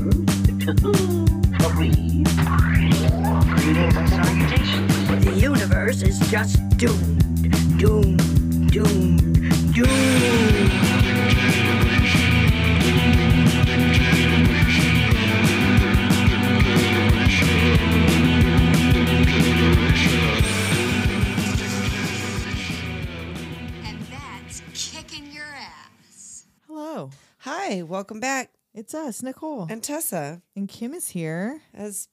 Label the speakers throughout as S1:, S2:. S1: two, three. Greetings and salutations.
S2: The universe is just doomed, doomed, doomed, doomed.
S3: And that's kicking your ass.
S4: Hello.
S5: Hi, welcome back.
S4: It's us, Nicole. And,
S5: And Tessa
S4: Kim is here.
S5: as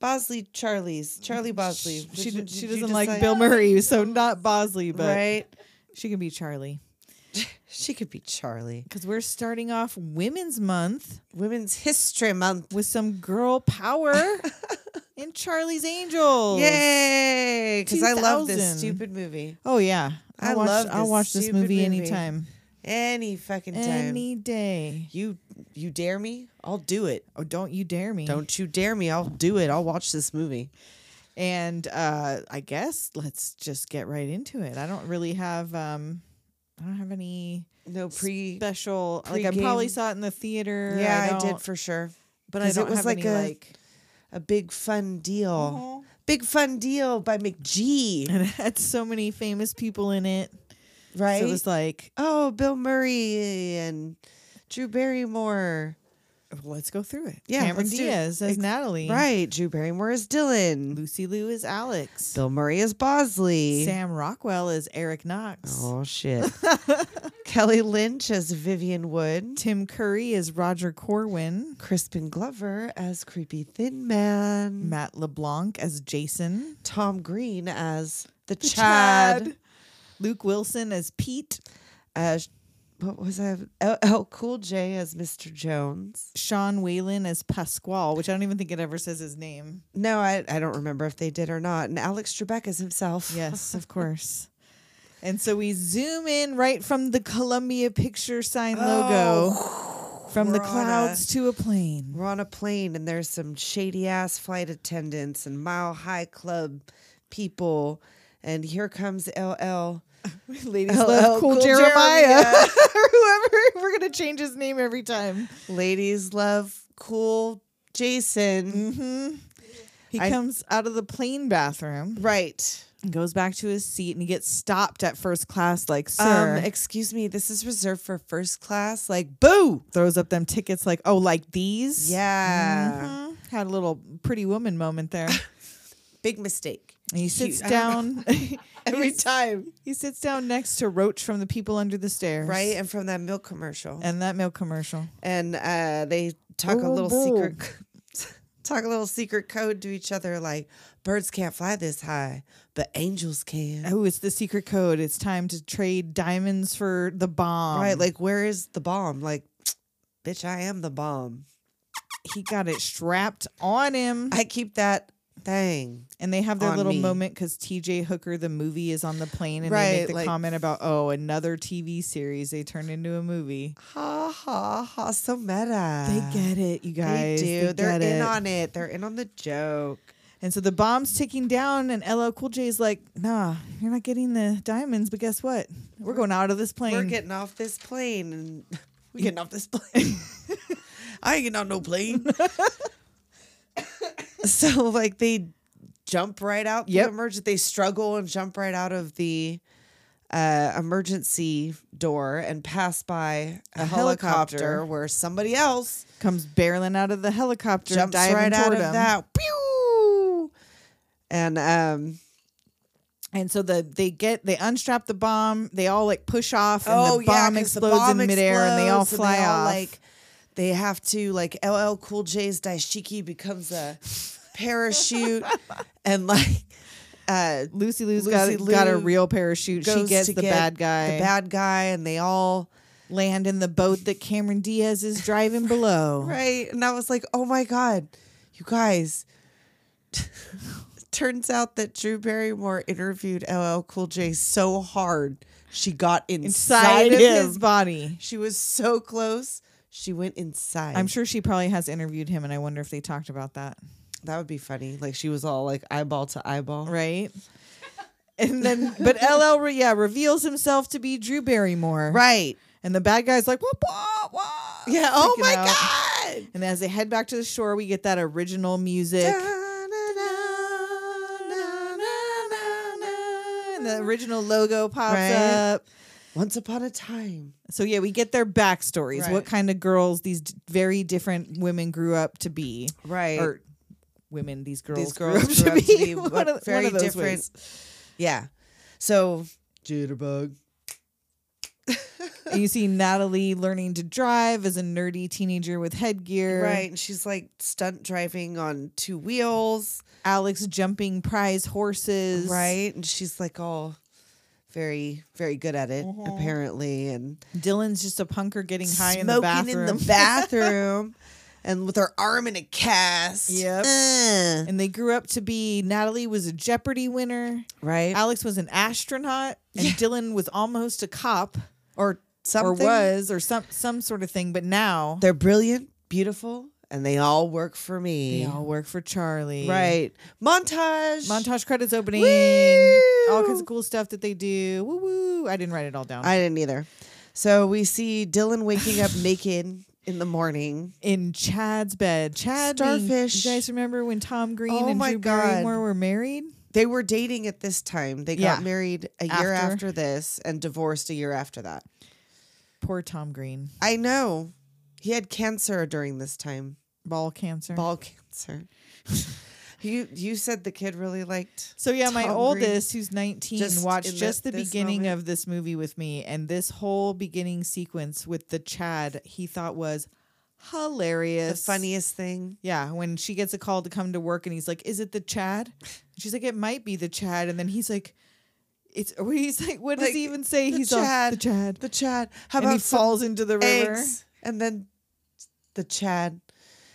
S5: Bosley Charlie's Charlie Bosley. Did
S4: She,
S5: you-
S4: d-
S5: did
S4: she
S5: you
S4: doesn't like
S5: decide-
S4: Bill Murray, so not Bosley, but
S5: right?
S4: she can be Charlie.
S5: She could be Charlie.
S4: Because we're starting off Women's Month
S5: Women's History Month.
S4: with some girl power in Charlie's Angels.
S5: Yay! Because I love this
S4: 2000.
S5: stupid movie.
S4: Oh, yeah. I'll
S5: I
S4: watch,
S5: love
S4: I'll
S5: this
S4: watch this
S5: stupid
S4: movie,
S5: movie.
S4: anytime.
S5: Any fucking time.
S4: Any day.
S5: you you dare me? I'll do it.
S4: Oh, don't you dare me.
S5: Don't you dare me? I'll do it. I'll watch this movie.
S4: And uh, I guess let's just get right into it. I don't really have. um I don't have any
S5: No pre.
S4: special. Like I probably
S5: pregame-
S4: saw it in the theater.
S5: yeah, I,
S4: don't-
S5: did for sure.
S4: but I
S5: 'Cause
S4: don't
S5: it was
S4: have
S5: like
S4: any
S5: a
S4: like.
S5: a big fun deal. Big fun deal by McGee.
S4: Mm-hmm. And it had so many famous people in it.
S5: Right.
S4: So it was like,
S5: oh, Bill Murray and Drew Barrymore.
S4: let's go through it.
S5: Yeah,
S4: Cameron
S5: let's do it.
S4: Diaz as
S5: Ex-
S4: Natalie.
S5: Right. Drew Barrymore is Dylan.
S4: Lucy Liu is Alex.
S5: Bill Murray is Bosley.
S4: Sam Rockwell is Eric Knox.
S5: Oh, shit. Kelly Lynch as Vivian Wood.
S4: Tim Curry is Roger Corwin.
S5: Crispin Glover as Creepy Thin Man.
S4: Matt LeBlanc as Jason.
S5: Tom Green as the, Chad.
S4: Luke Wilson as Pete.
S5: As what was I? L, L Cool J as Mr. Jones.
S4: Sean Whalen as Pasquale, which I don't even think it ever says his name.
S5: No, I, I don't remember if they did or not. And Alex Trebek as himself.
S4: Yes, of course. And so we zoom in right from the Columbia Picture
S5: Oh,
S4: sign logo from the
S5: we're on
S4: clouds to a plane.
S5: We're on a plane and there's some shady ass flight attendants and mile high club people. And here comes LL.
S4: Ladies
S5: LL
S4: love cool,
S5: Cool
S4: Jeremiah.
S5: Jeremiah.
S4: Whoever we're gonna change his name every time.
S5: Ladies love cool Jason.
S4: Mm-hmm. He
S5: I-
S4: comes out of the plane bathroom,
S5: Right.
S4: and goes back to his seat, and he gets stopped at first class. Like,
S5: Um,
S4: sir,
S5: excuse me, this is reserved for first class. Like, boo.
S4: throws up them tickets. Like, oh, like these.
S5: Yeah.
S4: Mhm. Had a little pretty woman moment there.
S5: Big mistake.
S4: And he sits
S5: I
S4: down.
S5: don't Every
S4: He's-
S5: time.
S4: He sits down next to Roach from the People Under the Stairs.
S5: Right. And from that milk commercial.
S4: And that milk commercial.
S5: and uh, they talk a
S4: Boo,
S5: little
S4: boo.
S5: secret talk a little secret code to each other like birds can't fly this high but angels can
S4: Oh, it's the secret code. It's time to trade diamonds for the bomb.
S5: right like where is the bomb like bitch i am the bomb
S4: he got it strapped on him.
S5: i keep that thing
S4: and they have their
S5: on
S4: little
S5: me.
S4: moment because TJ Hooker, the movie, is on the plane. And they
S5: Right,
S4: make the
S5: like-
S4: comment about, oh, another TV series they turned into a movie. Ah,
S5: ha ha ha so meta
S4: They get it, you
S5: they
S4: guys.
S5: do
S4: They
S5: they are
S4: get
S5: in
S4: it.
S5: on it they're in on the joke
S4: And so the bomb's ticking down, and LL Cool J is like, nah, you're not getting the diamonds, but guess what? We're going out of this plane.
S5: we're getting off this plane and we're getting off this plane. I ain't getting on no plane. so like they jump right out
S4: Yep.
S5: the emergency they struggle and jump right out of the uh, emergency door and pass by a, helicopter.
S4: helicopter.
S5: where somebody else
S4: comes barreling out of the helicopter,
S5: jumps
S4: diving
S5: right out
S4: toward
S5: of
S4: him.
S5: that. Pew! And um
S4: And so the they get they unstrap the bomb. They all like push off, and the
S5: Oh, yeah,
S4: bomb
S5: 'cause the
S4: explodes
S5: bomb
S4: in midair, and they all
S5: explodes
S4: fly
S5: all,
S4: off.
S5: Like they have to like LL Cool J's daishiki becomes a parachute, and like uh,
S4: Lucy Lou's got,
S5: Lucy
S4: got a
S5: Liu
S4: real parachute. She
S5: goes
S4: gets
S5: to
S4: the
S5: get
S4: bad guy.
S5: the bad guy, and they all
S4: land in the boat that Cameron Diaz is driving below.
S5: right. And I was like, oh my god, you guys. Turns out that Drew Barrymore interviewed LL Cool J so hard she got inside,
S4: Side of
S5: him.
S4: his body.
S5: She was so close. She went inside.
S4: I'm sure she probably has interviewed him, and I wonder if they talked about that.
S5: That would be funny. Like she was all like eyeball to eyeball.
S4: Right. And then, but LL, re- yeah, reveals himself to be Drew Barrymore.
S5: Right.
S4: And the bad guy's like, whoop, whoop, whoop.
S5: Yeah. Oh
S4: freaking
S5: my
S4: out.
S5: good.
S4: And as they head back to the shore, we get that original music. And the original logo pops
S5: Right.
S4: up.
S5: Once upon a time.
S4: So yeah, we get their backstories. What
S5: Right.
S4: kind of girls these d- very different women grew up to be,
S5: Right.
S4: or women these girls,
S5: These
S4: grew
S5: girls
S4: up to
S5: grew up to
S4: be.
S5: be
S4: one
S5: what-
S4: of,
S5: very
S4: one of those
S5: different-
S4: ways.
S5: Yeah. So jitterbug.
S4: And you see Natalie learning to drive as a nerdy teenager with headgear.
S5: Right. And she's like stunt driving on two wheels.
S4: Alex jumping prize horses.
S5: Right. And she's like all very, very good at it, apparently. And
S4: Dylan's just a punker getting high in the
S5: smoking in
S4: bathroom.
S5: the bathroom and with her arm in a cast.
S4: Yep.
S5: Ugh.
S4: and they grew up to be Natalie was a Jeopardy winner.
S5: Right.
S4: Alex was an astronaut, and Dylan was almost a cop, or
S5: Something.
S4: or was, or some some sort of thing. But now
S5: They're brilliant, beautiful, and they all work for me.
S4: they all work for Charlie,
S5: Right. Montage.
S4: Montage credits opening, all kinds of
S5: Woo!
S4: cool stuff that they do. Woo woo! I didn't write it all down.
S5: I didn't either. So we see Dylan waking up naked in the morning.
S4: in Chad's bed, Chad being-
S5: Starfish.
S4: you guys remember when Tom Green
S5: Oh
S4: and
S5: my
S4: Drew
S5: God.
S4: Barrymore were married?
S5: They were dating at this time. They
S4: Yeah.
S5: got married a year
S4: After.
S5: after this and divorced a year after that.
S4: Poor Tom Green,
S5: I know. He had cancer during this time.
S4: ball cancer.
S5: Ball cancer. you you said the kid really liked
S4: So yeah, my
S5: Tom Green.
S4: oldest, who's 19,
S5: Just
S4: watched
S5: in the-
S4: just the
S5: this
S4: beginning
S5: moment.
S4: of this movie with me, and this whole beginning sequence with the Chad, he thought was
S5: the
S4: hilarious.
S5: funniest thing.
S4: Yeah, when she gets a call to come to work, and he's like, "Is it the Chad?" She's like, "It might be the Chad," and then he's like, "It's." or He's like, "What does
S5: Like,
S4: he even say?"
S5: the
S4: He's all,
S5: Chad,
S4: the Chad,
S5: The Chad. How
S4: and
S5: about
S4: he falls into the
S5: some
S4: river.
S5: eggs? And then the Chad.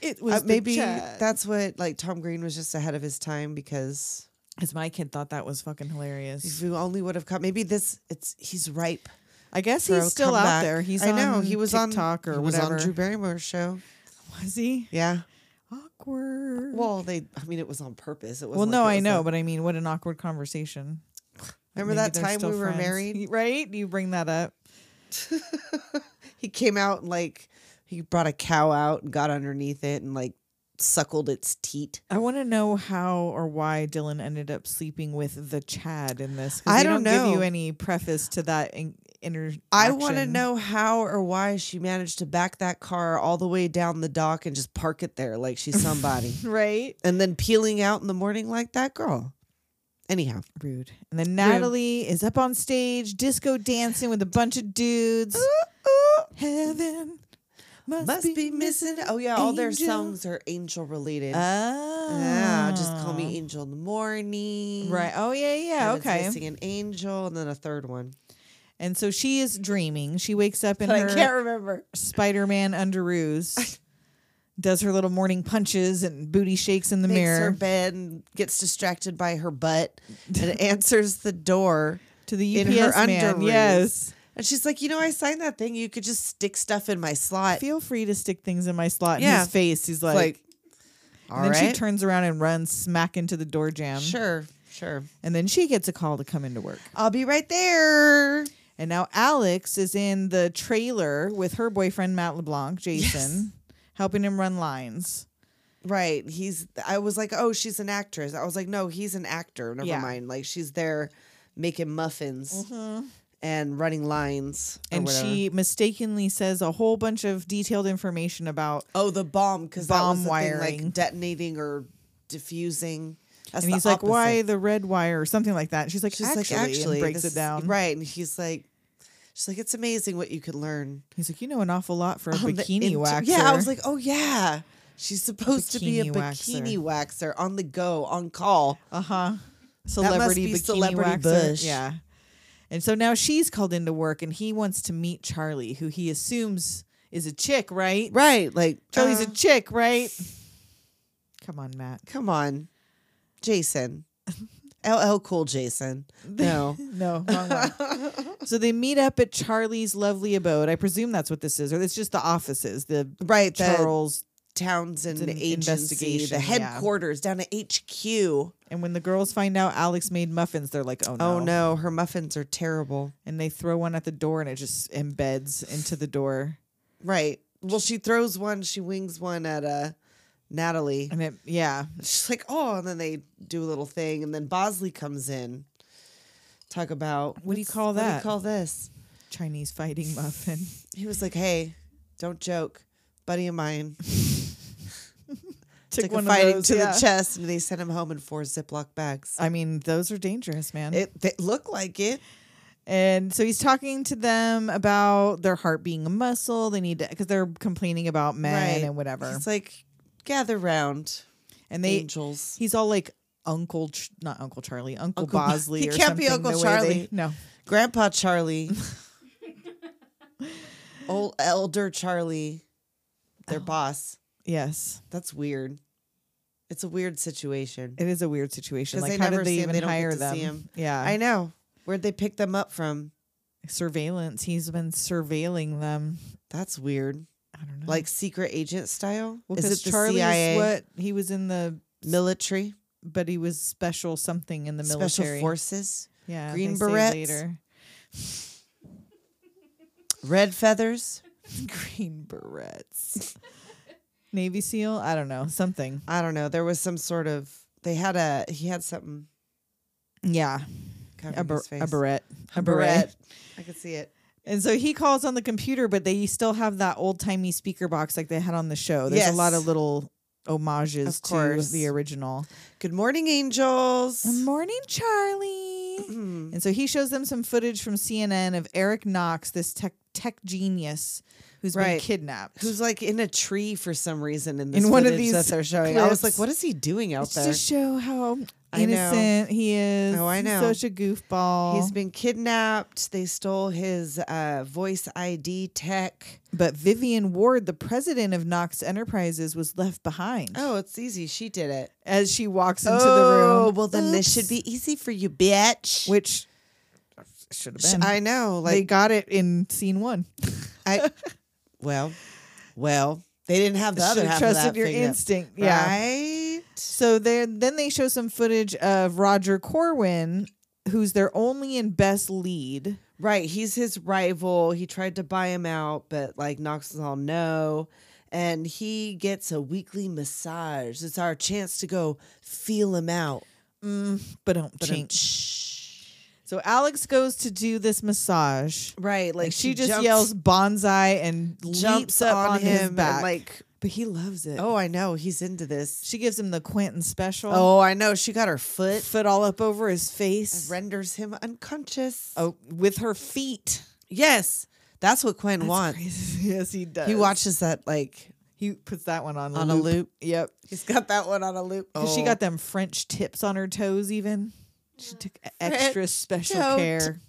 S4: It
S5: Uh,
S4: was
S5: maybe
S4: maybe Chad.
S5: that's what like Tom Green was just ahead of his time because
S4: because my kid thought that was fucking
S5: if
S4: hilarious.
S5: we only would have come maybe this it's he's ripe.
S4: I guess
S5: for a
S4: he's still out
S5: comeback.
S4: there. He's
S5: I know
S4: on
S5: he was
S4: TikTok
S5: on
S4: or
S5: he
S4: whatever.
S5: was on Drew Barrymore's show.
S4: was he?
S5: Yeah.
S4: Awkward.
S5: Well, they I mean it was on purpose. It was
S4: Well, no, I know, but I mean, what an awkward conversation.
S5: remember
S4: Maybe
S5: that
S4: they're
S5: time we
S4: still
S5: were
S4: friends.
S5: married?
S4: right? You bring that up.
S5: He came out and like he brought a cow out and got underneath it and like suckled its teat.
S4: I want to know how or why Dylan ended up sleeping with the Chad in this. 'cause they
S5: I don't
S4: Give you
S5: know.
S4: any preface to that in- inner?
S5: I want to know how or why she managed to back that car all the way down the dock and just park it there like she's somebody.
S4: Right?
S5: and then peeling out in the morning like that girl. Anyhow,
S4: Rude. And then Natalie is up on stage, disco dancing with a bunch of dudes. Heaven must,
S5: must be missing. Oh yeah, all their
S4: Angel.
S5: songs are angel related.
S4: Oh.
S5: yeah, just call me Angel in the morning.
S4: Right. Oh yeah, yeah.
S5: And it's
S4: okay.
S5: missing an angel and then a third one.
S4: And so she is dreaming. She wakes up in
S5: But I
S4: her
S5: can't remember.
S4: Spider-Man underoos, does her little morning punches and booty shakes in the
S5: Makes her
S4: mirror
S5: bed and gets distracted by her butt and answers the door
S4: to the
S5: in
S4: UPS
S5: her
S4: man.
S5: underoos.
S4: Yes,
S5: And she's like, you know, I signed that thing. You could just stick stuff in my slot.
S4: feel free to stick things in my slot. In
S5: Yeah.
S4: his face, he's like.
S5: like,
S4: and
S5: all
S4: then
S5: right,
S4: she turns around and runs smack into the door jam.
S5: sure, sure.
S4: And then she gets a call to come into work.
S5: I'll be right there.
S4: And now Alex is in the trailer with her boyfriend Matt LeBlanc, Jason, helping him run lines.
S5: Right. He's I was like, "Oh, she's an actress." I was like, "No, he's an actor. Never
S4: Yeah.
S5: mind." Like she's there making muffins and running lines
S4: Mm-hmm.
S5: or
S4: And
S5: whatever.
S4: she mistakenly says a whole bunch of detailed information about
S5: Oh, the bomb cuz that
S4: Bomb
S5: was the thing
S4: wiring.
S5: like detonating or diffusing. That's
S4: and
S5: the
S4: he's like, "Why
S5: opposite.
S4: the red wire?" or something like that. And she's like,
S5: She's
S4: actually,
S5: like, "Actually,
S4: and breaks
S5: this
S4: it
S5: is-
S4: down.
S5: Right. And he's like She's like, "It's amazing what you could learn."
S4: He's like, "You know an awful lot for a
S5: on Oh, the
S4: bikini
S5: inter-
S4: waxer."
S5: Yeah, I was like, "Oh yeah." She's supposed to be a
S4: Bikini waxer.
S5: bikini waxer on the go, on call.
S4: "Uh huh."
S5: must
S4: Celebrity
S5: be
S4: bikini
S5: Celebrity
S4: waxer.
S5: Bush.
S4: Yeah. And so now she's called into work, and he wants to meet Charlie, who he assumes is a chick, right?
S5: Right, like
S4: Charlie's
S5: uh,
S4: a chick, right? Come on, Matt.
S5: Come on, Jason. LL Cool Jason. No.
S4: No, wrong one. so they meet up at Charlie's lovely abode. I presume that's what this is, or it's just the offices, the
S5: Right. The
S4: Charles
S5: Townsend
S4: It's an
S5: agency,
S4: investigation,
S5: the
S4: yeah.
S5: headquarters down at HQ.
S4: And when the girls find out Alex made muffins, they're like, "Oh no!"
S5: Oh no, her muffins are terrible.
S4: And they throw one at the door, and it just embeds into the door.
S5: Right. well, she throws one, she wings one at uh, Natalie.
S4: And it, yeah,
S5: She's like, oh, and then they do a little thing, and then Bosley comes in. Talk about
S4: What do you
S5: what's-
S4: call
S5: What do you
S4: that?
S5: call this?
S4: Chinese fighting muffin.
S5: He was like, hey, don't joke, buddy of mine.
S4: Took,
S5: took
S4: one
S5: a fighting
S4: of those,
S5: to
S4: yeah.
S5: the chest, and they sent him home in four Ziploc bags.
S4: I mean, those are dangerous, man.
S5: It they looked like it.
S4: And so he's talking to them about their heart being a muscle. They need to because they're complaining about men
S5: Right.
S4: and whatever.
S5: It's like gather round,
S4: and they,
S5: angels.
S4: he's all like Uncle, Ch- not Uncle Charlie, Uncle,
S5: Uncle Bo-
S4: Bosley.
S5: He
S4: or
S5: can't be
S4: something,
S5: Uncle
S4: the way they-
S5: Charlie.
S4: no,
S5: Grandpa Charlie, old elder Charlie,
S4: Oh.
S5: their boss.
S4: yes,
S5: That's weird. It's a weird situation.
S4: it is a weird situation.
S5: 'Cause
S4: Like,
S5: they
S4: how
S5: never
S4: did they
S5: see him,
S4: even
S5: they don't get
S4: hire
S5: to
S4: them?
S5: see him.
S4: Yeah,
S5: I know. Where'd they pick them up from?
S4: surveillance. He's been surveilling them.
S5: That's weird.
S4: I don't know.
S5: Like secret agent style.
S4: well,
S5: Is
S4: 'cause
S5: it the
S4: Charlie's
S5: CIA
S4: what he was in the,
S5: military,
S4: but he was special something in the military.
S5: special forces,
S4: Yeah,
S5: Green
S4: they say
S5: Berets.
S4: later.
S5: red feathers?
S4: Green berets. Navy SEAL? I don't know. Something.
S5: I don't know. There was some sort of. They had a. He had something
S4: Yeah.
S5: covering
S4: A, ber-
S5: his face.
S4: a beret. A
S5: Barrette.
S4: beret.
S5: I could see it.
S4: And so he calls on the computer, but they still have that old timey speaker box like they had on the show. There's
S5: Yes.
S4: a lot of little homages
S5: Of
S4: to
S5: course.
S4: the original.
S5: Good morning, angels. Hmm.
S4: Good morning, Charlie. and so he shows them some footage from CNN of Eric Knox, this tech tech genius who's been
S5: Right.
S4: kidnapped.
S5: Who's like in a tree for some reason in this
S4: In one of
S5: footage
S4: these
S5: that they're showing. I was
S4: clips.
S5: like, what is he doing out
S4: it's
S5: there?
S4: to show how
S5: I know.
S4: innocent he is.
S5: Oh, I
S4: He's
S5: know.
S4: such a goofball.
S5: He's been kidnapped. They stole his uh, voice ID tech.
S4: But Vivian Ward, the president of Knox Enterprises, was left behind
S5: Oh, it's easy. She did it.
S4: as she walks into the
S5: Oh,
S4: room.
S5: well, then this should
S4: Oops.
S5: be easy for you, bitch.
S4: Which should have
S5: Sh-
S4: been.
S5: I know.
S4: they
S5: Like,
S4: got it in scene one.
S5: I, well, well, they didn't have the other
S4: Should've
S5: half
S4: trusted
S5: of that
S4: your
S5: figured out.
S4: instinct. Yeah.
S5: Right?
S4: So there, then they show some footage of Roger Corwin, who's their only and best lead.
S5: Right. He's his rival. He tried to buy him out, but like Knox is all no. And he gets a weekly massage. It's our chance to go feel him out. Mm,
S4: But don't
S5: But I'm-
S4: change. So Alex goes to do this massage.
S5: Right. Like
S4: Like she, just
S5: jumps-
S4: yells bonsai and
S5: jumps
S4: leaps
S5: up
S4: up
S5: on, him
S4: his back.
S5: And like,
S4: but he loves it.
S5: oh, I know. He's into this.
S4: She gives him the Quentin special.
S5: Oh, I know. She got her foot.
S4: foot all up over his face.
S5: Renders him unconscious.
S4: Oh, with her feet.
S5: yes. That's what Quinn wants.
S4: yes, he does.
S5: He watches that like
S4: He puts that one on
S5: on a loop.
S4: Yep.
S5: He's got that one on a loop.
S4: 'Cause She got them French tips on her toes. Even she took e- extra
S5: French
S4: special
S5: tote.
S4: care.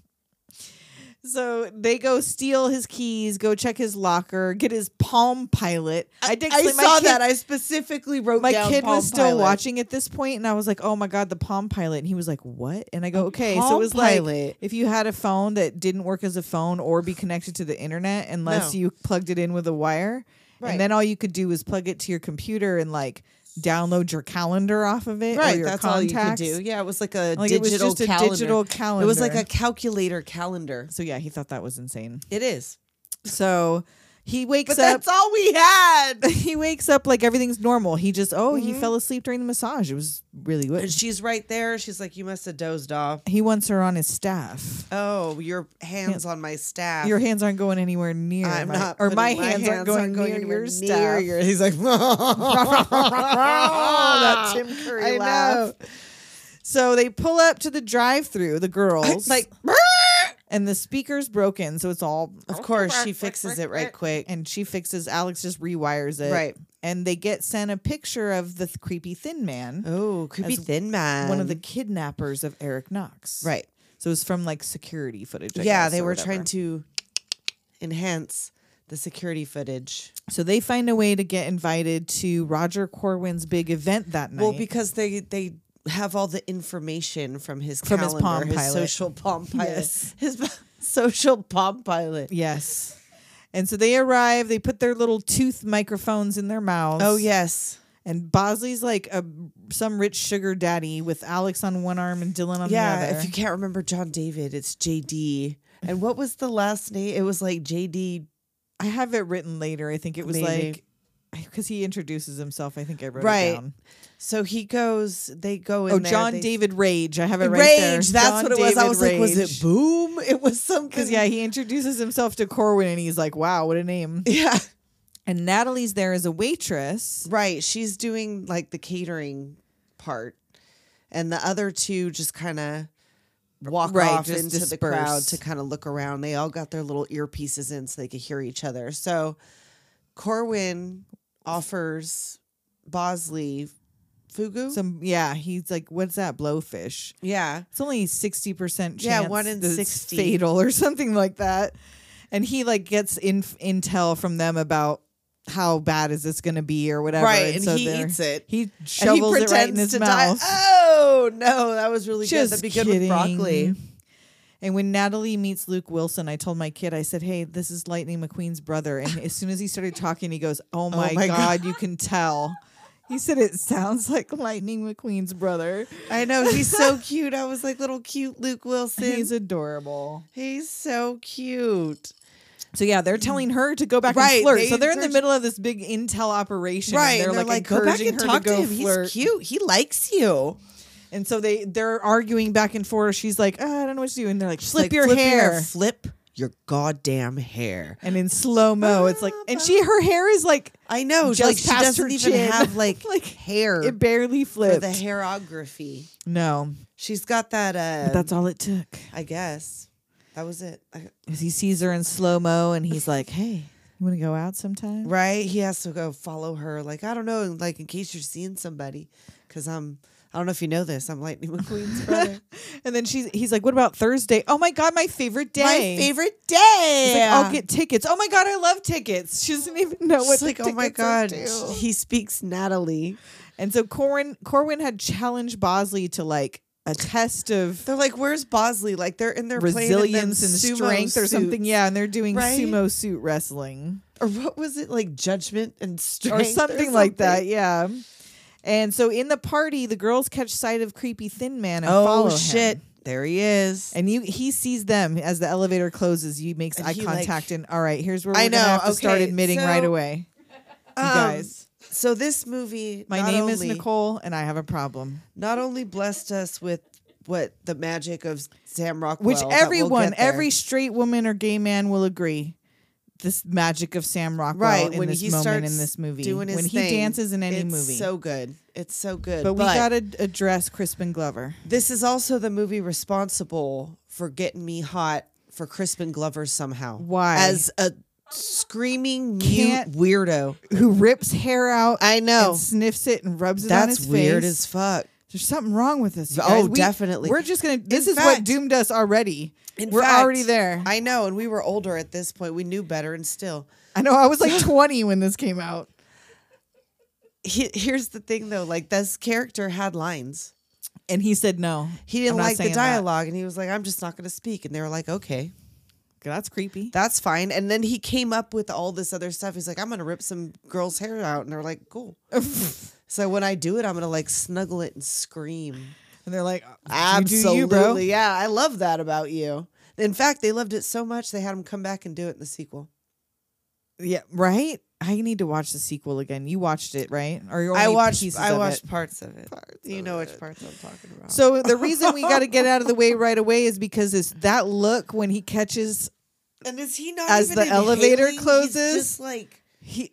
S4: So they go steal his keys, go check his locker, get his Palm Pilot. I, did.
S5: I
S4: say my
S5: saw
S4: kid-
S5: that. I specifically wrote
S4: my
S5: down
S4: kid
S5: Palm
S4: was still
S5: Pilot.
S4: watching at this point and i was like oh my god the palm pilot and he was like what and i go okay so
S5: Palm
S4: it was
S5: Pilot?
S4: like if you had a phone that didn't work as a phone or be connected to the internet unless
S5: No.
S4: you plugged it in with a wire
S5: Right.
S4: and then all you could do was plug it to your computer and like download your calendar off of it or
S5: Right,
S4: your
S5: that's
S4: contacts.
S5: all you could do. Yeah, it was like a
S4: Like, it
S5: digital
S4: was just a
S5: calendar.
S4: digital
S5: It was like a
S4: calendar.
S5: calculator calendar.
S4: so yeah he thought that was insane
S5: It is.
S4: so he wakes
S5: But
S4: up
S5: that's all Mm-hmm. we had.
S4: he wakes up like everything's normal he just oh he fell asleep during the massage it was really
S5: And
S4: good
S5: she's right there. She's like, "You must have dozed off."
S4: he wants her on his staff
S5: Oh, your hands on my staff.
S4: Your hands aren't going anywhere near.
S5: I'm
S4: my,
S5: not.
S4: or
S5: putting
S4: my hands, aren't going, near
S5: anywhere
S4: your
S5: near
S4: staff.
S5: your- He's like,
S4: oh, that Tim Curry
S5: I
S4: laugh.
S5: know.
S4: So they pull up to the drive-through, the girls,
S5: Like,
S4: and the speaker's broken, so it's all
S5: of course, she fixes it right quick.
S4: and she fixes. Alex just rewires it,
S5: Right.
S4: And they get sent a picture of the th- creepy thin man,
S5: Oh, creepy
S4: As
S5: thin man.
S4: one of the kidnappers of Eric Knox,
S5: right.
S4: So it's from like security footage. I
S5: yeah,
S4: guess,
S5: they
S4: or
S5: were
S4: whatever.
S5: trying to enhance the security footage.
S4: So they find a way to get invited to Roger Corwin's big event that night.
S5: Well, because they they have all the information from his
S4: From his
S5: calendar,
S4: Palm Pilot.
S5: social palm pilot,
S4: Yes.
S5: his social palm pilot.
S4: Yes. And so they arrive, they put their little tooth microphones in their mouths.
S5: Oh yes,
S4: And Bosley's like a some rich sugar daddy with Alex on one arm and Dylan on the
S5: yeah.
S4: other.
S5: If you can't remember John David, it's JD. And what was the last name? It was like JD
S4: I have it written later. I think it was
S5: Maybe.
S4: like because he introduces himself. I think I wrote
S5: Right.
S4: it down.
S5: So he goes. They go in.
S4: Oh,
S5: there,
S4: John
S5: they-
S4: David Rage. I have it right
S5: Rage.
S4: there.
S5: That's
S4: John
S5: what it was. I
S4: David
S5: was like, was it
S4: Rage.
S5: Boom? It was some
S4: Because yeah, he introduces himself to Corwin, and he's like, "Wow, what a name!"
S5: yeah.
S4: And Natalie's there as a waitress.
S5: Right. She's doing like the catering part, and the other two just kind of walk
S4: Right,
S5: off
S4: just
S5: into the crowd
S4: disperse.
S5: to kind of look around. They all got their little earpieces in so they could hear each other. So Corwin offers Bosley fugu.
S4: Some yeah, he's like, "What's that blowfish?"
S5: yeah.
S4: It's only sixty percent
S5: Yeah,
S4: chance.
S5: one in
S4: that it's
S5: 60.
S4: fatal or something like that. And he like gets in intel from them about how bad is this going to be or whatever.
S5: Right, and
S4: so
S5: he
S4: they're-
S5: eats it.
S4: He
S5: And he
S4: shovels
S5: pretends
S4: it right in his
S5: to die.
S4: mouth.
S5: Oh no, that was really good. That'd be good with broccoli.
S4: kidding. And when Natalie meets Luke Wilson, I told my kid, I said, "Hey, this is Lightning McQueen's brother." And as soon as he started talking, he goes, "Oh my,
S5: my
S4: god, you can tell." He said, "It sounds like Lightning McQueen's brother."
S5: I know he's so cute. I was like little cute Luke Wilson.
S4: He's adorable.
S5: He's so cute.
S4: So yeah, they're telling her to go back
S5: Mm. Right,
S4: and flirt.
S5: they
S4: so they're in the
S5: encourage-
S4: middle of this big intel operation.
S5: Right.
S4: And they're, like,
S5: go back
S4: encouraging
S5: and
S4: her
S5: talk
S4: to
S5: to,
S4: go
S5: him.
S4: flirt.
S5: He's cute. He likes you.
S4: And so they they're arguing back and forth. She's like, "Ah, I don't know what to do. And they're like, flip
S5: Like,
S4: your hair.
S5: Flip your goddamn hair.
S4: and in slow
S5: Ah,
S4: mo, it's like, and she her hair is like
S5: I know.
S4: Just
S5: like she
S4: past
S5: doesn't
S4: her
S5: even
S4: chin.
S5: have like,
S4: Like,
S5: hair
S4: it barely
S5: for
S4: flipped.
S5: the hairography.
S4: No,
S5: She's got that. Uh,
S4: but that's all it took.
S5: I guess that was it. I,
S4: 'Cause He sees her in slow mo, and he's like, "Hey, you want to go out sometime?"
S5: right? He has to go follow her. Like I don't know. Like in case you're seeing somebody, because I'm. I don't know if you know this. I'm Lightning McQueen's brother.
S4: And then she's he's like, "What about Thursday? Oh my god, my favorite day.
S5: My favorite day.
S4: He's like, I'll get tickets. Oh my god, I love tickets. She doesn't even know what.
S5: She's like, oh my
S4: tickets are
S5: god,
S4: due.
S5: he speaks Natalie.
S4: And so Corwin Corwin had challenged Bosley to like a test of
S5: They're like, where's Bosley? Like they're in their
S4: resilience and strength or something. Yeah, and they're doing
S5: right?
S4: sumo suit wrestling
S5: or what was it like judgment and
S4: or
S5: strength
S4: something, like that. Yeah. And so in the party, the girls catch sight of creepy thin man and follow
S5: Oh
S4: him.
S5: shit, there he is.
S4: And you, he sees them as the elevator closes. He makes
S5: And
S4: eye
S5: he,
S4: contact,
S5: like-
S4: and all right, here's where we're
S5: I know,
S4: gonna have to start
S5: okay,
S4: admitting right
S5: so,
S4: away, you
S5: Um,
S4: guys.
S5: So this movie,
S4: My
S5: not
S4: name is
S5: only-
S4: Nicole, and I have a problem.
S5: Not only blessed us with what the magic of Sam Rockwell,
S4: Which
S5: that we'll
S4: everyone,
S5: get there.
S4: every straight woman or gay man will agree. This magic of Sam Rockwell
S5: right
S4: in
S5: when
S4: this
S5: he
S4: moment
S5: starts
S4: in this movie,
S5: doing his
S4: when he
S5: thing,
S4: dances in any
S5: it's
S4: movie.
S5: so good. It's so good.
S4: but we gotta address Crispin Glover.
S5: This is also the movie responsible for getting me hot for Crispin Glover somehow.
S4: Why?
S5: As a screaming mute
S4: Can't-
S5: weirdo.
S4: who rips hair out.
S5: I know.
S4: And sniffs it and rubs it on
S5: That's
S4: his
S5: weird
S4: face.
S5: as fuck.
S4: There's something wrong with this. you
S5: Oh,
S4: guys. We-
S5: definitely.
S4: We're just gonna. This
S5: In
S4: is
S5: fact-
S4: what doomed us already.
S5: In
S4: we're
S5: fact,
S4: already there. I,
S5: I know, and we were older at this point. We knew better, and still.
S4: know. I was like 20 when this came out.
S5: He- here's the thing, though. Like this character had lines.
S4: And he said no.
S5: He didn't
S4: I'm not
S5: like the
S4: saying that.
S5: dialogue, and he was like, "I'm just not going to speak." And they were like, "Okay,
S4: That's creepy.
S5: that's fine." And then he came up with all this other stuff. He's like, "I'm going to rip some girl's hair out," and they're like, "Cool." So when I do it, I'm gonna like snuggle it and scream.
S4: and they're like,
S5: Absolutely,
S4: absolutely. You, bro.
S5: yeah, I love that about you. In fact, they loved it so much they had him come back and do it in the sequel.
S4: Yeah. Right. I need to watch the sequel again. You watched it, right? Or you
S5: I
S4: only
S5: watched,
S4: pieces
S5: I
S4: of
S5: watched
S4: it?
S5: parts of it. you
S4: of
S5: know which
S4: it.
S5: parts I'm talking about.
S4: So the reason we got to get out of the way right away is because it's that look when he catches
S5: and is he not
S4: as
S5: even
S4: the
S5: in
S4: elevator
S5: Haley? He's
S4: closes,
S5: just like
S4: he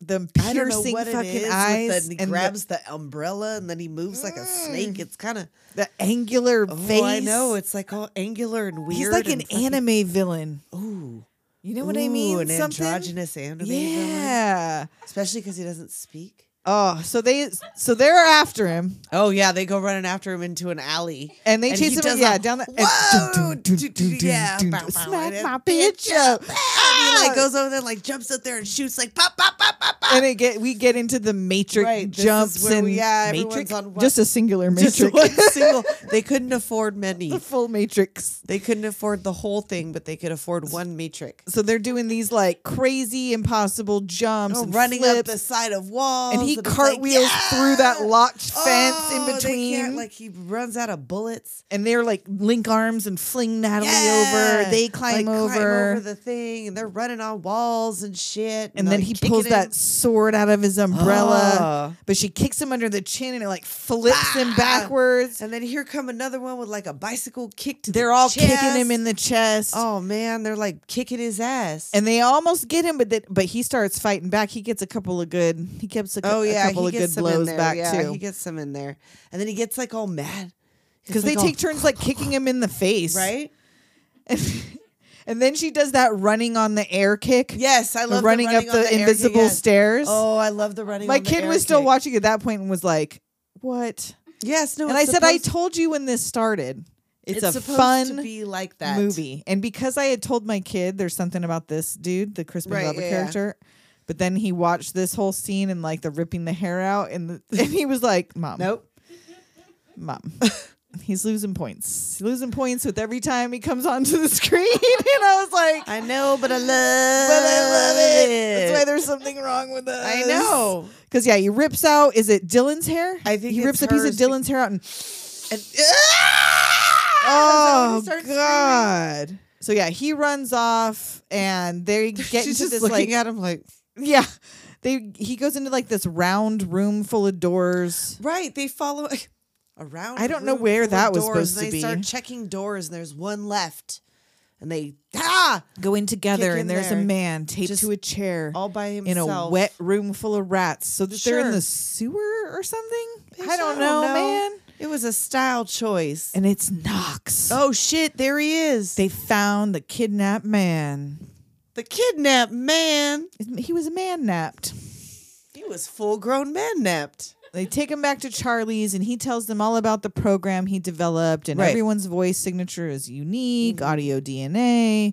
S4: the
S5: I don't know
S4: piercing
S5: what it
S4: fucking
S5: is.
S4: eyes
S5: with the, Mm. and he
S4: and
S5: grabs the, umbrella and then he moves like a snake. It's kind of
S4: the, the angular face.
S5: oh, I know. It's like all angular and weird.
S4: He's like an
S5: and fucking-
S4: anime villain.
S5: Ooh,
S4: You know what
S5: Ooh,
S4: I mean?
S5: An
S4: Something-
S5: androgynous anime. villain.
S4: Yeah.
S5: especially because he doesn't speak.
S4: Oh, so they so they're after him
S5: Oh yeah, they go running after him into an alley,
S4: and they chase
S5: he
S4: him.
S5: does
S4: yeah,
S5: a,
S4: down the and-
S5: Whoa,
S4: dun, dun, dun, dun, dun,
S5: yeah,
S4: dun,
S5: bow, bow,
S4: smack
S5: and
S4: my
S5: it-
S4: bitch up. Ah!
S5: And he like goes over there, like jumps up there and shoots, like pop, pop, pop, pop, pop.
S4: and it get we get into the matrix
S6: Right, this is
S4: jumps
S6: where
S4: and
S6: we- yeah, everyone's
S4: matrix
S6: on one-
S4: just a singular matrix,
S5: Just one single. They couldn't afford many.
S4: the full matrix.
S5: They couldn't afford the whole thing, but they could afford one matrix.
S4: So they're doing these like crazy impossible jumps and
S5: Oh, running
S4: flips,
S5: up the side of walls,
S4: and he
S5: it's like,
S4: cartwheels
S5: "Yeah!"
S4: through that locked fence
S5: Oh,
S4: in
S5: they
S4: between.
S5: can't- like he runs out of bullets.
S4: and they're like link arms and fling Natalie
S5: Yeah!
S4: over. They
S5: Like,
S4: climb over.
S5: the thing, and they're running on walls and shit.
S4: and then
S5: like,
S4: he
S5: kicking
S4: pulls
S5: him.
S4: that sword out of his umbrella,
S5: Ah.
S4: but she kicks him under the chin and it like flips him backwards.
S5: And then here come another one with like a bicycle kick to.
S4: They're
S5: the
S4: all
S5: chest.
S4: kicking him in the chest.
S5: Oh man, they're like kicking his ass.
S4: And they almost get him, but that but he starts fighting back. He gets a couple of good. He gets a, cou-
S5: oh
S4: a
S5: yeah,
S4: couple
S5: he
S4: of
S5: gets
S4: good
S5: some in
S4: blows
S5: there.
S4: back
S5: yeah,
S4: too.
S5: He gets some in there, and then he gets like all mad He's
S4: Because they
S5: like, all,
S4: take turns like kicking him in the face,
S5: right.
S4: And then she does that running on the air kick.
S5: Yes, I
S4: the
S5: love the
S4: running, up
S5: on
S4: the,
S5: air kick
S4: invisible
S5: again.
S4: stairs.
S5: Oh, I love the running.
S4: My
S5: on the
S4: kid
S5: air
S4: was still
S5: kick.
S4: watching at that point and was like, "What?"
S5: Yes, no.
S4: and I
S5: it's
S4: said, "I
S5: supposed-
S4: told you when this started. It's, a
S5: supposed
S4: fun
S5: to be like that
S4: movie. And because I had told my kid there's something about this dude, the Crispin
S5: Right,
S4: Glover
S5: yeah, yeah.
S4: character, but then he watched this whole scene and like the ripping the hair out and the, and he was like, "Mom,
S5: Nope.
S4: mom." He's losing points. He's losing points with every time he comes onto the screen. and I was like,
S5: I know, but I love. But
S4: but I love it. That's why there's something wrong with us.
S5: I know.
S4: Because yeah, he rips out. Is it Dylan's hair?
S5: I think
S4: he rips
S5: it's
S4: a piece of
S5: hers.
S4: Dylan's hair out and.
S5: And-
S4: oh
S5: Is that when he starts screaming?
S4: God! So yeah, he runs off, and they get
S5: She's
S4: into
S5: just
S4: this
S5: looking
S4: like
S5: at him like.
S4: yeah. They he goes into like this round room full of doors.
S5: Right, they follow around.
S4: I don't know
S5: room
S4: where
S5: full of
S4: that was
S5: doors,
S4: supposed
S5: and
S4: to
S5: they
S4: be.
S5: start checking doors, and there's one left, and they ah
S4: Go in together,
S5: Kick
S4: and
S5: in
S4: there's
S5: there.
S4: a man taped
S5: Just
S4: to a chair
S5: all by
S4: in
S5: himself
S4: a wet room full of rats. So that they're in
S5: Sure.
S4: the sewer or something.
S5: Bitch,
S4: I don't know, man.
S5: It was a style choice.
S4: And it's Knox.
S5: oh shit! There he is.
S4: They found the kidnapped man.
S5: the kidnapped man.
S4: He was man napped.
S5: He was full grown man napped.
S4: They take him back to Charlie's and he tells them all about the program he developed and
S5: Right. Mm-hmm.
S4: everyone's voice signature is unique, audio DNA.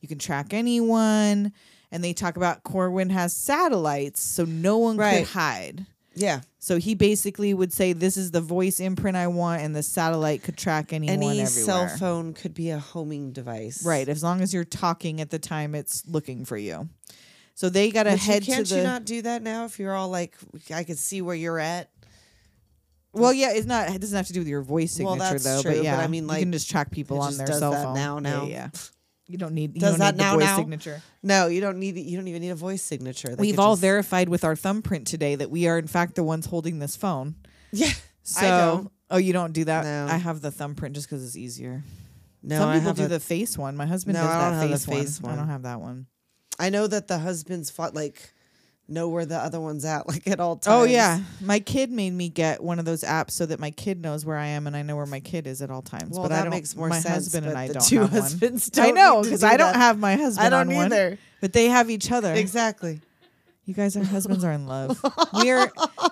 S4: You can track anyone. And they talk about Corwin has satellites, so no one
S5: Right.
S4: could hide.
S5: Yeah,
S4: So he basically would say, This is the voice imprint I want, and the satellite could track anyone
S5: any
S4: everywhere.
S5: cell phone could be a homing device.
S4: Right. As long as you're talking at the time it's looking for you. So they gotta
S5: Which you-
S4: head
S5: can't
S4: to
S5: you
S4: the
S5: not do that now if you're all like, I could see where you're at?
S4: Well, yeah, it's not. It doesn't have to do with your voice
S5: Well,
S4: signature
S5: that's
S4: though.
S5: true,
S4: but
S5: but
S4: yeah,
S5: I mean,
S4: you can
S5: like,
S4: just track people
S5: it
S4: on
S5: just
S4: their
S5: does
S4: cell
S5: that
S4: phone
S5: now, now.
S4: Yeah, yeah. You don't need. You
S5: Does
S4: don't
S5: that
S4: need the
S5: now,
S4: voice
S5: now?
S4: signature.
S5: No, you don't need. You don't even need a voice signature. They
S4: We've
S5: could
S4: all
S5: just-
S4: verified with our thumbprint today that we are in fact the ones holding this phone.
S5: Yeah.
S4: So,
S5: I don't.
S4: oh, you don't do that.
S5: No.
S4: I have the thumbprint just because it's easier.
S5: No,
S4: Some
S5: I
S4: people
S5: have
S4: do
S5: a-
S4: the face one. My husband
S5: No,
S4: does
S5: I don't
S4: that
S5: have the
S4: face, one.
S5: face
S4: I
S5: one.
S4: don't have that one.
S5: I know that the husbands fought like know where the other one's at, like at all times.
S4: Oh yeah, my kid made me get one of those apps so that my kid knows where I am and I know where my kid is at all times.
S5: Well,
S4: but I
S5: that
S4: don't,
S5: makes more
S4: my
S5: sense,
S4: husband and
S5: but
S4: I
S5: the
S4: don't
S5: two
S4: have
S5: husbands
S4: one. I
S5: don't
S4: know
S5: need to
S4: because
S5: do
S4: I don't
S5: that.
S4: have my husband.
S5: I don't
S4: on one,
S5: either.
S4: but they have each other.
S5: Exactly.
S4: You guys, our husbands are in love. We are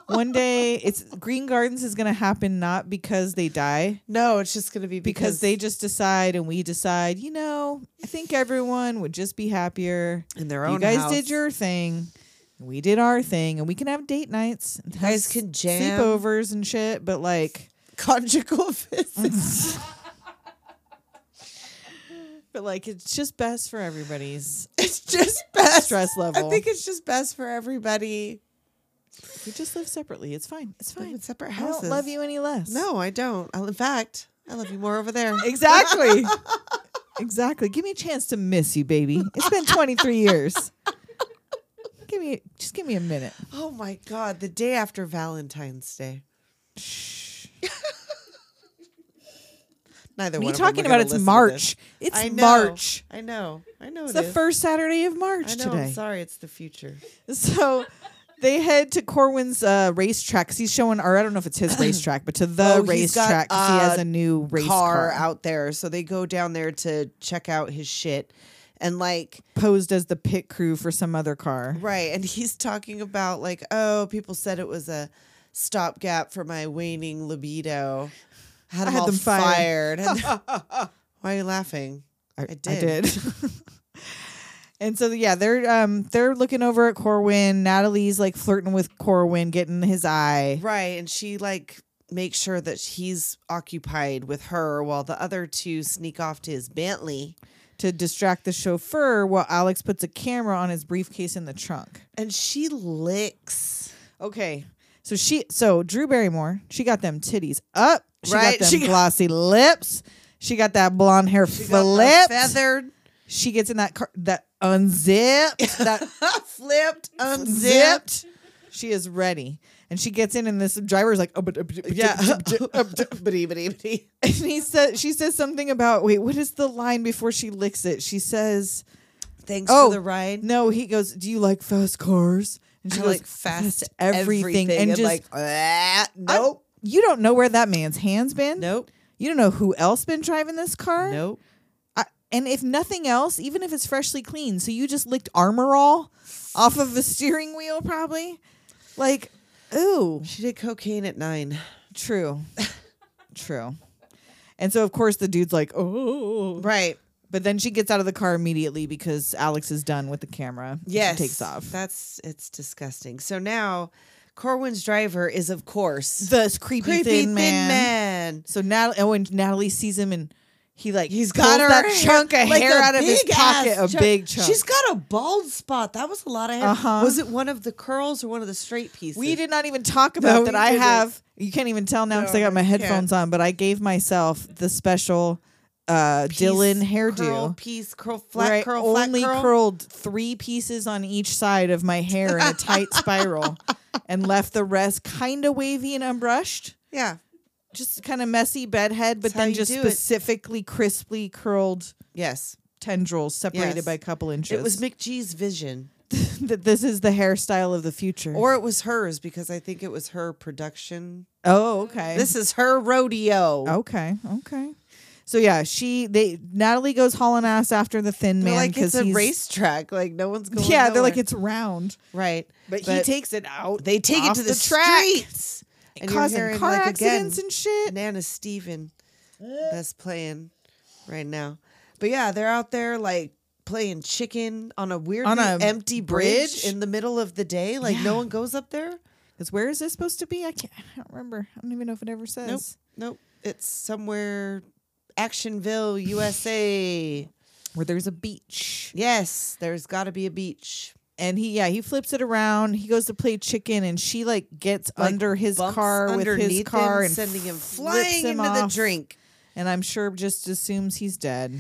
S4: one day. It's Green Gardens is going to happen not because they die,
S5: No, it's just gonna be
S4: because,
S5: because,
S4: they just decide and we decide. You know, I think everyone would just be happier
S5: in their own.
S4: You guys
S5: house.
S4: did your thing. We did our thing, and we can have date nights. You
S5: guys can jam.
S4: sleepovers and shit. But like,
S5: conjugal visits.
S4: but like, it's just best for everybody's
S5: it's just best.
S4: stress level.
S5: I think it's just best for everybody.
S4: we just live separately. It's fine. It's
S5: Live in
S4: fine.
S5: separate
S4: I
S5: houses.
S4: don't love you any less.
S5: No, I don't. I, in fact, I love you more over there.
S4: exactly. exactly. Give me a chance to miss you, baby. It's been 23 years. Give me just give me a minute.
S5: Oh my god, the day after Valentine's Day. Neither
S4: Me
S5: one of them
S4: talking
S5: are
S4: about
S5: gonna
S4: it's
S5: listen to
S4: March.
S5: this.
S4: It's
S5: I know.
S4: March.
S5: I know. I know.
S4: It's
S5: it
S4: the
S5: is.
S4: first Saturday of March
S5: I know.
S4: today.
S5: I'm sorry. It's the future.
S4: So they head to Corwin's uh, racetrack. 'cause He's showing, or I don't know if it's his racetrack, but to the
S5: Oh, he's got,
S4: racetrack. 'cause he has
S5: uh,
S4: a new race
S5: car,
S4: car,
S5: out there. So they go down there to check out his shit, and like
S4: posed as the pit crew for some other car.
S5: right, and he's talking about like, oh, people said it was a stopgap for my waning libido. Had,
S4: I
S5: them
S4: had
S5: all
S4: them fired.
S5: fired. And- Why are you laughing? I did.
S4: I did. And so yeah, they're um they're looking over at Corwin. Natalie's like flirting with Corwin, getting his eye.
S5: Right. And she like makes sure that he's occupied with her while the other two sneak off to his Bentley.
S4: to distract the chauffeur while Alex puts a camera on his briefcase in the trunk.
S5: And she licks.
S4: Okay. So she so Drew Barrymore, she got them titties up. She
S5: Right,
S4: got them
S5: she got-
S4: glossy lips. She got that blonde hair flipped.
S5: Feathered,
S4: She gets in that car that unzipped, that
S5: flipped, unzipped.
S4: zipped. She is ready. And she gets in and this driver's like, oh, but,
S5: Yeah.
S4: yeah.
S5: Bitty, bitty, bitty.
S4: and he says she says something about wait, what is the line before she licks it? She says
S5: Thanks
S4: Oh,
S5: for the ride.
S4: No, he goes, Do you like fast cars? And she
S5: I
S4: goes,
S5: like fast everything,
S4: And, just,
S5: like ah,
S4: I'm-
S5: nope,
S4: you don't know where that man's hands been.
S5: nope,
S4: You don't know who else been driving this car.
S5: nope.
S4: I, and if nothing else, even if it's freshly clean, so you just licked Armor All off of the steering wheel, probably. Like, ooh,
S5: She did cocaine at nine.
S4: true, true. And so, of course, the dude's like, oh.
S5: Right.
S4: But then she gets out of the car immediately because Alex is done with the camera. She
S5: Yes.
S4: takes off.
S5: That's it's disgusting. So now Corwin's driver is of course
S4: the creepy,
S5: creepy
S4: thin,
S5: thin
S4: man.
S5: man.
S4: So Natalie, oh, and Natalie sees him, and he like
S5: He's
S4: pulls
S5: got her
S4: that
S5: hair-
S4: chunk of
S5: like
S4: hair
S5: a
S4: out of his
S5: big
S4: pocket, a
S5: ass
S4: big chunk.
S5: She's got a bald spot. That was a lot of hair.
S4: Uh-huh.
S5: Was it one of the curls or one of the straight pieces?
S4: we did not even talk about
S5: No,
S4: that.
S5: we
S4: I
S5: didn't.
S4: have. You can't even tell now because I got my headphones on, but I gave myself the special uh,
S5: Piece,
S4: Dylan hairdo.
S5: curl, piece, curl, flat
S4: where I
S5: curl, flat
S4: only
S5: curl.
S4: curled three pieces on each side of my hair in a tight spiral, and left the rest kind of wavy and unbrushed.
S5: Yeah,
S4: Just kind of messy bedhead, but
S5: That's how
S4: then
S5: you
S4: just
S5: do it.
S4: specifically crisply curled
S5: yes.
S4: tendrils separated
S5: Yes.
S4: by a couple inches.
S5: It was McGee's vision,
S4: that this is the hairstyle of the future.
S5: or it was hers because I think it was her production.
S4: oh, okay. Oh,
S5: This is her rodeo.
S4: okay, okay. So yeah, she they Natalie goes hauling ass after the thin
S5: They're
S4: man
S5: like
S4: because
S5: it's a
S4: he's
S5: racetrack. Like no one's going.
S4: yeah. They're like
S5: nowhere.
S4: it's round,
S5: right.
S4: takes it out.
S5: They take it
S4: off
S5: to the,
S4: track,
S5: streets. And you're
S4: causing
S5: hearing,
S4: car
S5: like,
S4: accidents
S5: again,
S4: and shit.
S5: Nana Steven that's playing right now. But yeah, they're out there like playing chicken on a weird
S4: On a
S5: empty bridge,
S4: bridge?
S5: in the middle of the day. Like no one goes up there.
S4: Because where is this supposed to be? I can't. I don't remember. I don't even know if it ever says.
S5: Nope. Nope. It's somewhere Actionville, USA.
S4: Where there's a beach.
S5: yes, there's got to be a beach.
S4: and he yeah he flips it around he goes to play chicken and she like gets
S5: Like,
S4: under his
S5: bumps
S4: car with his
S5: underneath
S4: car
S5: him,
S4: and
S5: sending him
S4: flips
S5: flying
S4: him
S5: into
S4: off,
S5: the drink.
S4: and i'm sure just assumes he's dead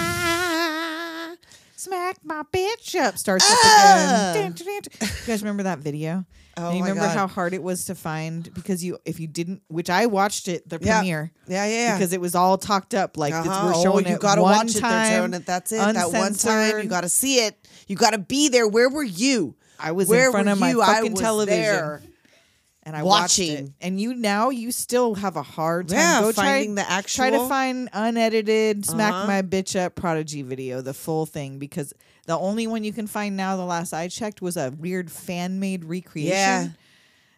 S5: Ah.
S4: smack my bitch up starts
S5: Ah!
S4: up again Dun, dun, dun, dun. you guys remember that video
S5: Oh
S4: and you
S5: my
S4: remember
S5: God.
S4: how hard it was to find because you if you didn't which i watched it the
S5: Yeah.
S4: premiere
S5: Yeah, yeah, yeah.
S4: because it was all talked up like it's-
S5: Uh-huh.
S4: we're showing
S5: oh, you
S4: it
S5: gotta
S4: one
S5: watch it.
S4: time
S5: They're showing it. That's it. That one time, you
S4: uncensored.
S5: gotta see it. You gotta be there. Where were you?
S4: I was in
S5: Where
S4: front
S5: were
S4: of my
S5: you? I
S4: fucking
S5: was
S4: television.
S5: there.
S4: and I watched it.
S5: Watching.
S4: And you now you still have a hard time
S5: Yeah,
S4: Go
S5: finding
S4: try,
S5: the
S4: try to
S5: actual-
S4: find unedited "Smack
S5: Uh-huh.
S4: My Bitch Up" Prodigy video, the full thing, because the only one you can find now, the last I checked, was a weird fan made recreation
S5: Yeah.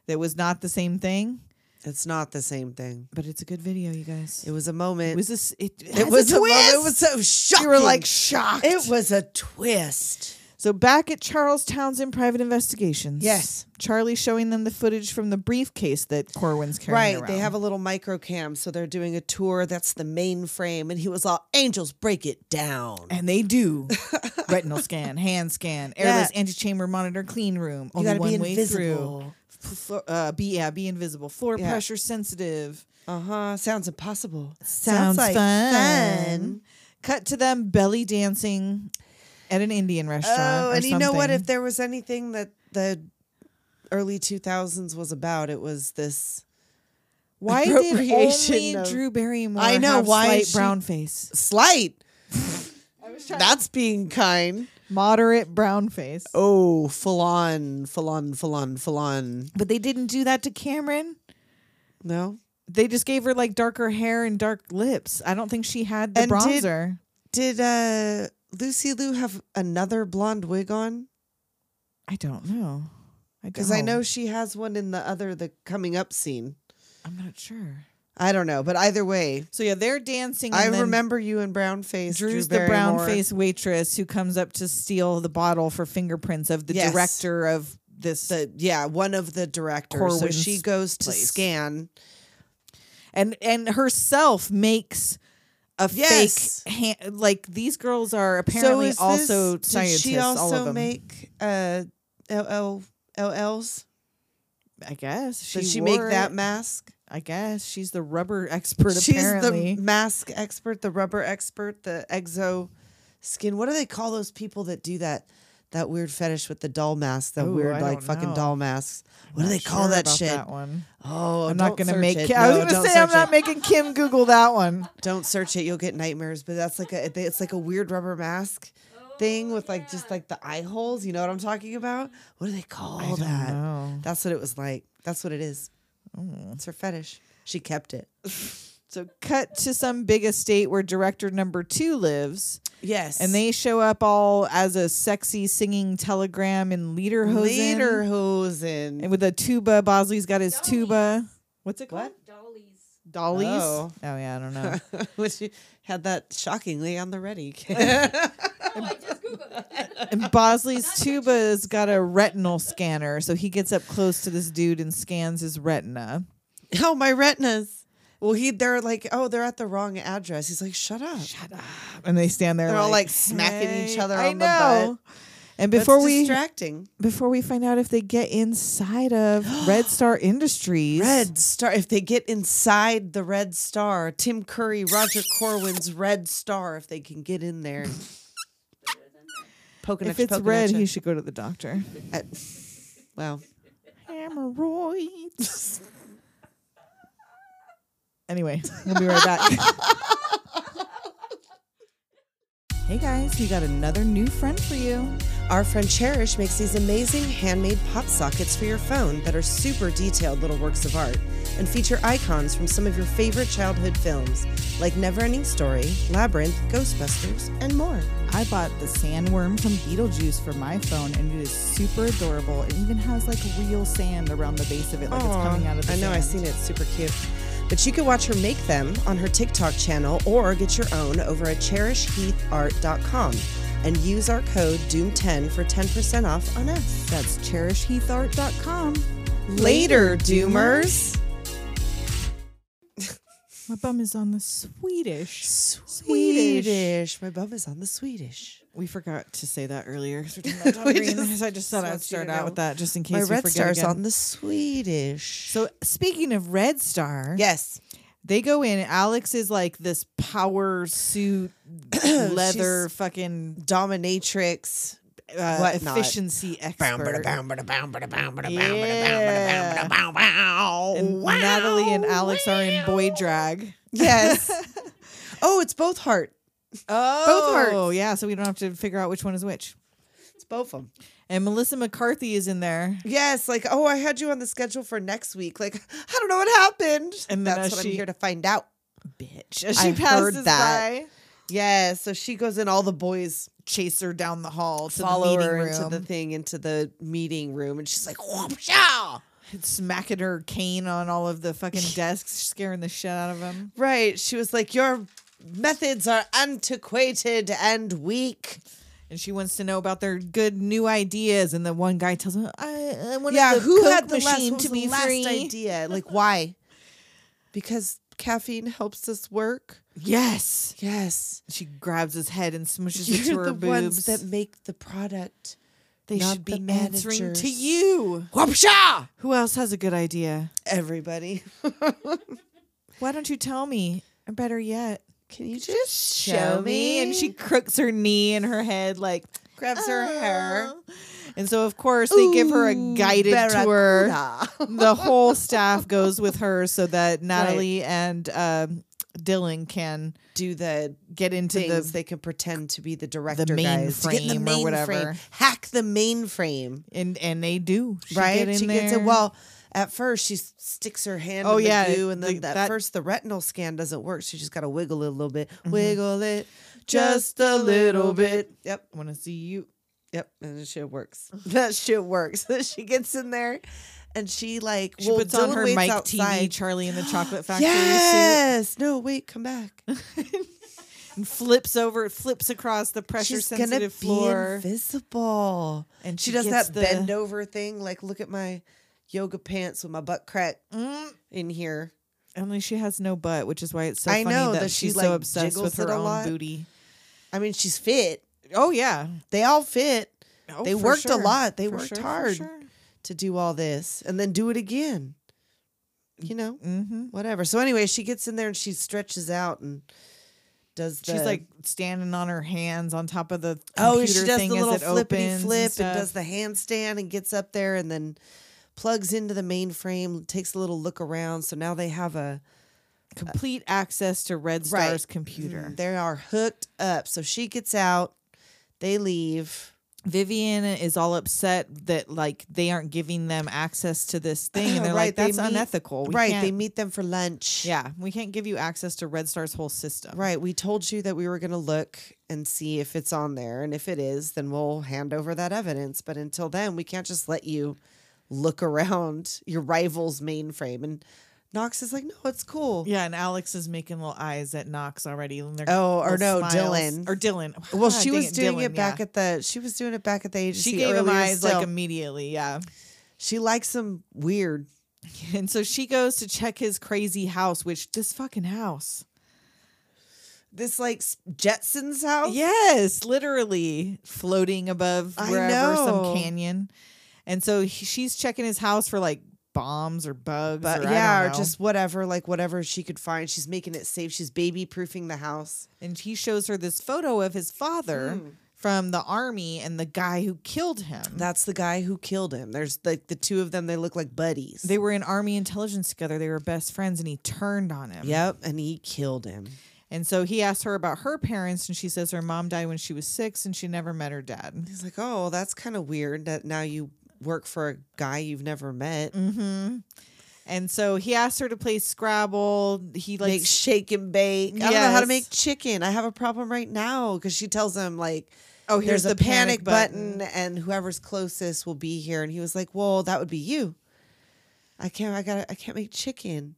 S4: that was not the same thing,
S5: It's not the same thing.
S4: but it's a good video, you guys.
S5: It was a moment.
S4: It was this. It, it,
S5: It
S4: has
S5: was
S4: a
S5: a moment.
S4: twist.
S5: It was so shocking.
S4: you were like shocked.
S5: It was a twist.
S4: So back at Charles Townsend Private Investigations.
S5: Yes.
S4: Charlie showing them the footage from the briefcase that Corwin's carrying
S5: Right. They have
S4: around.
S5: a little micro cam, so they're doing a tour. That's the main frame. And he was all, Angels, break it down.
S4: And they do retinal scan, hand scan, airless
S5: Yeah.
S4: antechamber monitor clean room. Only
S5: gotta be
S4: one way through.
S5: invisible.
S4: F- flo- uh, be yeah, be invisible. Floor
S5: Yeah.
S4: pressure sensitive.
S5: Uh huh. Sounds impossible.
S4: Sounds,
S5: like
S4: fun.
S5: fun.
S4: Cut to them belly dancing at an Indian restaurant.
S5: Oh,
S4: or
S5: and you know what?
S4: something.
S5: If there was anything that the early 2000s was about, it was this
S4: why did
S5: appropriation
S4: only
S5: of-
S4: Drew Barrymore?
S5: I know,
S4: have
S5: why
S4: slight
S5: is she-
S4: brown face,
S5: slight. That's being kind.
S4: moderate brown face.
S5: Oh, full on, full on, full on, full on.
S4: But they didn't do that to Cameron.
S5: No.
S4: They just gave her like darker hair and dark lips. I don't think she had the
S5: And did-
S4: bronzer.
S5: Did uh Lucy Lou have another blonde wig on?
S4: I don't know.
S5: Because I
S4: don't.
S5: know she has one in the other, the coming up scene.
S4: I'm not sure.
S5: I don't know, but either way,
S4: So yeah, they're dancing.
S5: I
S4: and then
S5: remember you in brown face.
S4: Drew's
S5: Drew
S4: the brown
S5: Barrymore.
S4: face waitress who comes up to steal the bottle for fingerprints of the
S5: Yes.
S4: director of this,
S5: The yeah, one of the directors. so
S4: Corwin's
S5: she goes to
S4: place.
S5: scan.
S4: and and herself makes a
S5: Yes.
S4: fake hand. Like these girls are apparently
S5: is this-
S4: also scientists.
S5: Did she also
S4: all of them.
S5: make uh, LL, LLs?
S4: I guess she
S5: Did she make
S4: wore
S5: that
S4: it.
S5: mask?
S4: I guess she's the rubber expert.
S5: She's
S4: apparently,
S5: the mask expert, the rubber expert, the exo skin. What do they call those people that do that? That weird fetish with the doll mask, that
S4: Ooh,
S5: weird
S4: I
S5: like
S4: don't
S5: fucking
S4: know.
S5: doll masks. What do
S4: Not
S5: they call
S4: sure
S5: that
S4: about
S5: shit?
S4: That one.
S5: Oh,
S4: I'm not
S5: don't
S4: gonna
S5: search
S4: make.
S5: It.
S4: Ki- I was
S5: No,
S4: gonna
S5: don't
S4: say I'm
S5: search
S4: not
S5: it.
S4: making Kim Google that one.
S5: Don't search it. You'll get nightmares. But that's like a they- it's like a weird rubber mask
S4: Oh,
S5: thing with like just like the eye holes. You know what I'm talking about? What do they call that?
S4: know. Mm.
S5: That's what it was like. That's what it is. It's her fetish. She kept it.
S4: So cut to some big estate where director number two lives,
S5: Yes.
S4: and they show up all as a sexy singing telegram in Lederhosen.
S5: Lederhosen.
S4: And with a tuba, Bosley's got his tuba. What's it called? Dollies.
S5: Oh.
S4: Oh. yeah, I don't know.
S5: Which you had that shockingly on the ready.
S4: and Bosley's tuba's got a retinal scanner, so he gets up close to this dude and scans his retina.
S5: oh, my retinas. Well, he they're like, oh, they're at the wrong address. He's like, shut up.
S4: And they stand there.
S5: They're
S4: like,
S5: all like smacking each other
S4: I
S5: on the
S4: know.
S5: butt.
S4: And
S5: That's
S4: before we
S5: distracting.
S4: before we find out if they get inside of Red Star Industries,
S5: Red Star. If they get inside the Red Star, Tim Curry, Roger Corwin's Red Star. If they can get in there, poking
S4: if
S5: at you,
S4: it's
S5: poking
S4: red,
S5: at you.
S4: he should go to the doctor.
S5: I- well,
S4: Hemorrhoids. anyway, we'll be right back. hey guys, we got another new friend for you.
S5: Our friend Cherish makes these amazing handmade pop sockets for your phone that are super detailed little works of art and feature icons from some of your favorite childhood films like Neverending Story, Labyrinth, Ghostbusters, and more.
S4: I bought the sandworm from Beetlejuice for my phone, and it is super adorable. It even has like real sand around the base of it, like it's coming out of the
S5: I know, I've
S4: sand.
S5: seen it. It's super cute. But you can watch her make them on her TikTok channel or get your own over at cherishheathart.com and use our code DOOM10 for 10% off on us.
S4: That's cherishheathart.com.
S5: Later, Doomers!
S4: My bum is on the Swedish.
S5: My bum is on the Swedish.
S4: We forgot to say that earlier. 'cause we're talking about Tom Green. so I just thought I'd
S5: want you to
S4: start out
S5: know.
S4: with that just in case
S5: My
S4: we
S5: red
S4: forget
S5: star's
S4: again.
S5: on the Swedish.
S4: So speaking of Red Star,
S5: yes,
S4: they go in. Alex is like this power suit, leather fucking
S5: dominatrix.
S4: uh,
S5: whatnot.
S4: efficiency expert. Yeah. And
S5: And
S4: Natalie and Alex are in boy drag.
S5: Yes. oh, it's both heart.
S4: Oh,
S5: Both hearts.
S4: yeah. So we don't have to figure out which one is which.
S5: It's both of them.
S4: And Melissa McCarthy is in there.
S5: Yes, like oh, I had you on the schedule for next week. Like I don't know what happened,
S4: And then
S5: that's
S4: as
S5: what
S4: she-
S5: I'm here to find out.
S4: Bitch, as she
S5: I heard
S4: passes
S5: that.
S4: by,
S5: Yeah, so she goes in. All the boys
S4: chase her down the hall to
S5: follow
S4: the meeting
S5: her
S4: room,
S5: into the thing, into the meeting room, and she's like, "Whoop, yeah!"
S4: smacking her cane on all of the fucking desks, scaring the shit out of them.
S5: Right. She was like, Your methods are antiquated and weak.
S4: and she wants to know about their good new ideas. And the one guy tells him, "I, I wanted
S5: yeah,
S4: the
S5: who
S4: Coke
S5: had the last,
S4: machine
S5: what was
S4: to
S5: the
S4: be
S5: last
S4: free."
S5: idea? Like, why? Because caffeine helps us work.
S4: Yes,
S5: Yes.
S4: she grabs his head and smushes it to
S5: You're
S4: her
S5: the
S4: boobs.
S5: ones that make the product.
S4: they
S5: not
S4: should
S5: the
S4: be answering to
S5: managers.
S4: you.
S5: Whoopsha!
S4: Who else has a good idea?
S5: Everybody.
S4: Why don't you tell me? Or better yet,
S5: Can you just
S4: And she crooks her knee and her head like
S5: grabs her hair.
S4: "Oh." And so, of course, they give her a guided tour. the whole staff goes with her so that Natalie and um, Dylan can
S5: Do the
S4: get into
S5: things
S4: the
S5: they can pretend to be the director guys to get
S4: mainframe
S5: in the
S4: or
S5: mainframe.
S4: whatever.
S5: Hack the mainframe.
S4: and and they do She
S5: right?
S4: Get in
S5: she
S4: there.
S5: gets it. Well, at first she s- sticks her hand.
S4: Oh,
S5: in
S4: yeah,
S5: the goo, and then
S4: the-
S5: at
S4: that-
S5: first the retinal scan doesn't work. She just got to wiggle it a little bit,
S4: Mm-hmm.
S5: wiggle it just a little bit. Yep,
S4: want to see you.
S5: yep, and that shit works. That shit works. she gets in there, and she like
S4: She
S5: well,
S4: puts
S5: Dylan
S4: on her
S5: waits
S4: Mike
S5: outside.
S4: TV Charlie in the Chocolate Factory suit
S5: Yes. No, wait, come back.
S4: and flips over, flips across the pressure
S5: She's gonna
S4: sensitive
S5: be
S4: floor.
S5: invisible.
S4: And
S5: she,
S4: she
S5: does
S4: gets
S5: that
S4: the-
S5: bend over thing. Like, look at my yoga pants with my butt crack
S4: Mm.
S5: in here.
S4: Only she has no butt, which is why it's so
S5: I
S4: funny
S5: know
S4: that,
S5: that she,
S4: she's
S5: like,
S4: so obsessed
S5: jiggles
S4: with her
S5: it a
S4: own
S5: lot.
S4: booty.
S5: I mean, she's fit.
S4: Oh yeah,
S5: They all fit
S4: Oh,
S5: They
S4: for
S5: worked a
S4: sure.
S5: lot. They
S4: For
S5: worked
S4: sure, for
S5: hard.
S4: Sure.
S5: to do all this and then do it again. You know,
S4: Mm-hmm.
S5: whatever. So anyway, she gets in there and she stretches out and does. The,
S4: She's like standing on her hands on top of the
S5: oh,
S4: computer
S5: and she does the
S4: thing
S5: little
S4: as it opens
S5: flippity
S4: and
S5: flip and,
S4: stuff.
S5: does uh, the handstand and gets up there and then plugs into the mainframe. Takes a little look around. So now they have a
S4: complete access to Red
S5: Right. Mm-hmm.
S4: Star's computer.
S5: Mm, They are hooked up. So she gets out. They leave.
S4: Vivian is all upset that like they aren't giving them access to this thing, and they're
S5: Right,
S4: like,
S5: they
S4: "That's
S5: meet-
S4: unethical." We
S5: right.
S4: can't-
S5: They meet them for lunch.
S4: yeah, we can't give you access to Red Star's whole system.
S5: Right. We told you that we were going to look and see if it's on there. And if it is, then we'll hand over that evidence. But until then, we can't just let you look around your rival's mainframe. And Knox is like, no, it's cool.
S4: Yeah, and Alex is making little eyes at Knox already. And they're-
S5: Oh, or
S4: little
S5: no, Dylan.
S4: or Dylan.
S5: Well,
S4: God
S5: she
S4: dang
S5: was doing
S4: Dylan,
S5: it back
S4: yeah.
S5: at the she was doing it back at the agency.
S4: She gave him
S5: earlier
S4: eyes
S5: still.
S4: like immediately. Yeah.
S5: she likes him weird.
S4: And so she goes to check his crazy house, which this fucking house.
S5: This like s- Jetsons house.
S4: Yes, literally floating above
S5: I
S4: wherever
S5: know.
S4: some canyon. And so he, she's checking his house for like bombs or bugs
S5: But
S4: or I
S5: yeah,
S4: don't
S5: or
S4: know.
S5: just whatever, like whatever she could find. She's making it safe. She's baby proofing the house.
S4: and he shows her this photo of his father
S5: Hmm.
S4: from the army and the guy who killed him.
S5: That's the guy who killed him. There's like the two of them. They look like buddies.
S4: they were in army intelligence together. They were best friends and he turned on him.
S5: Yep, and he killed him.
S4: And so he asked her about her parents and she says her mom died when she was 6 and she never met her dad.
S5: He's like, "Oh, that's kind of weird that now you work for a guy you've never met.
S4: And so he asked her to play Scrabble. He like
S5: Make shake and bake. I don't know how to
S4: Yes.
S5: make chicken. I have a problem right now because she tells him like,
S4: oh
S5: "There's a panic, button, and whoever's closest will be here." And he was like, "Well, that would be you. I can't. I got. I can't make chicken.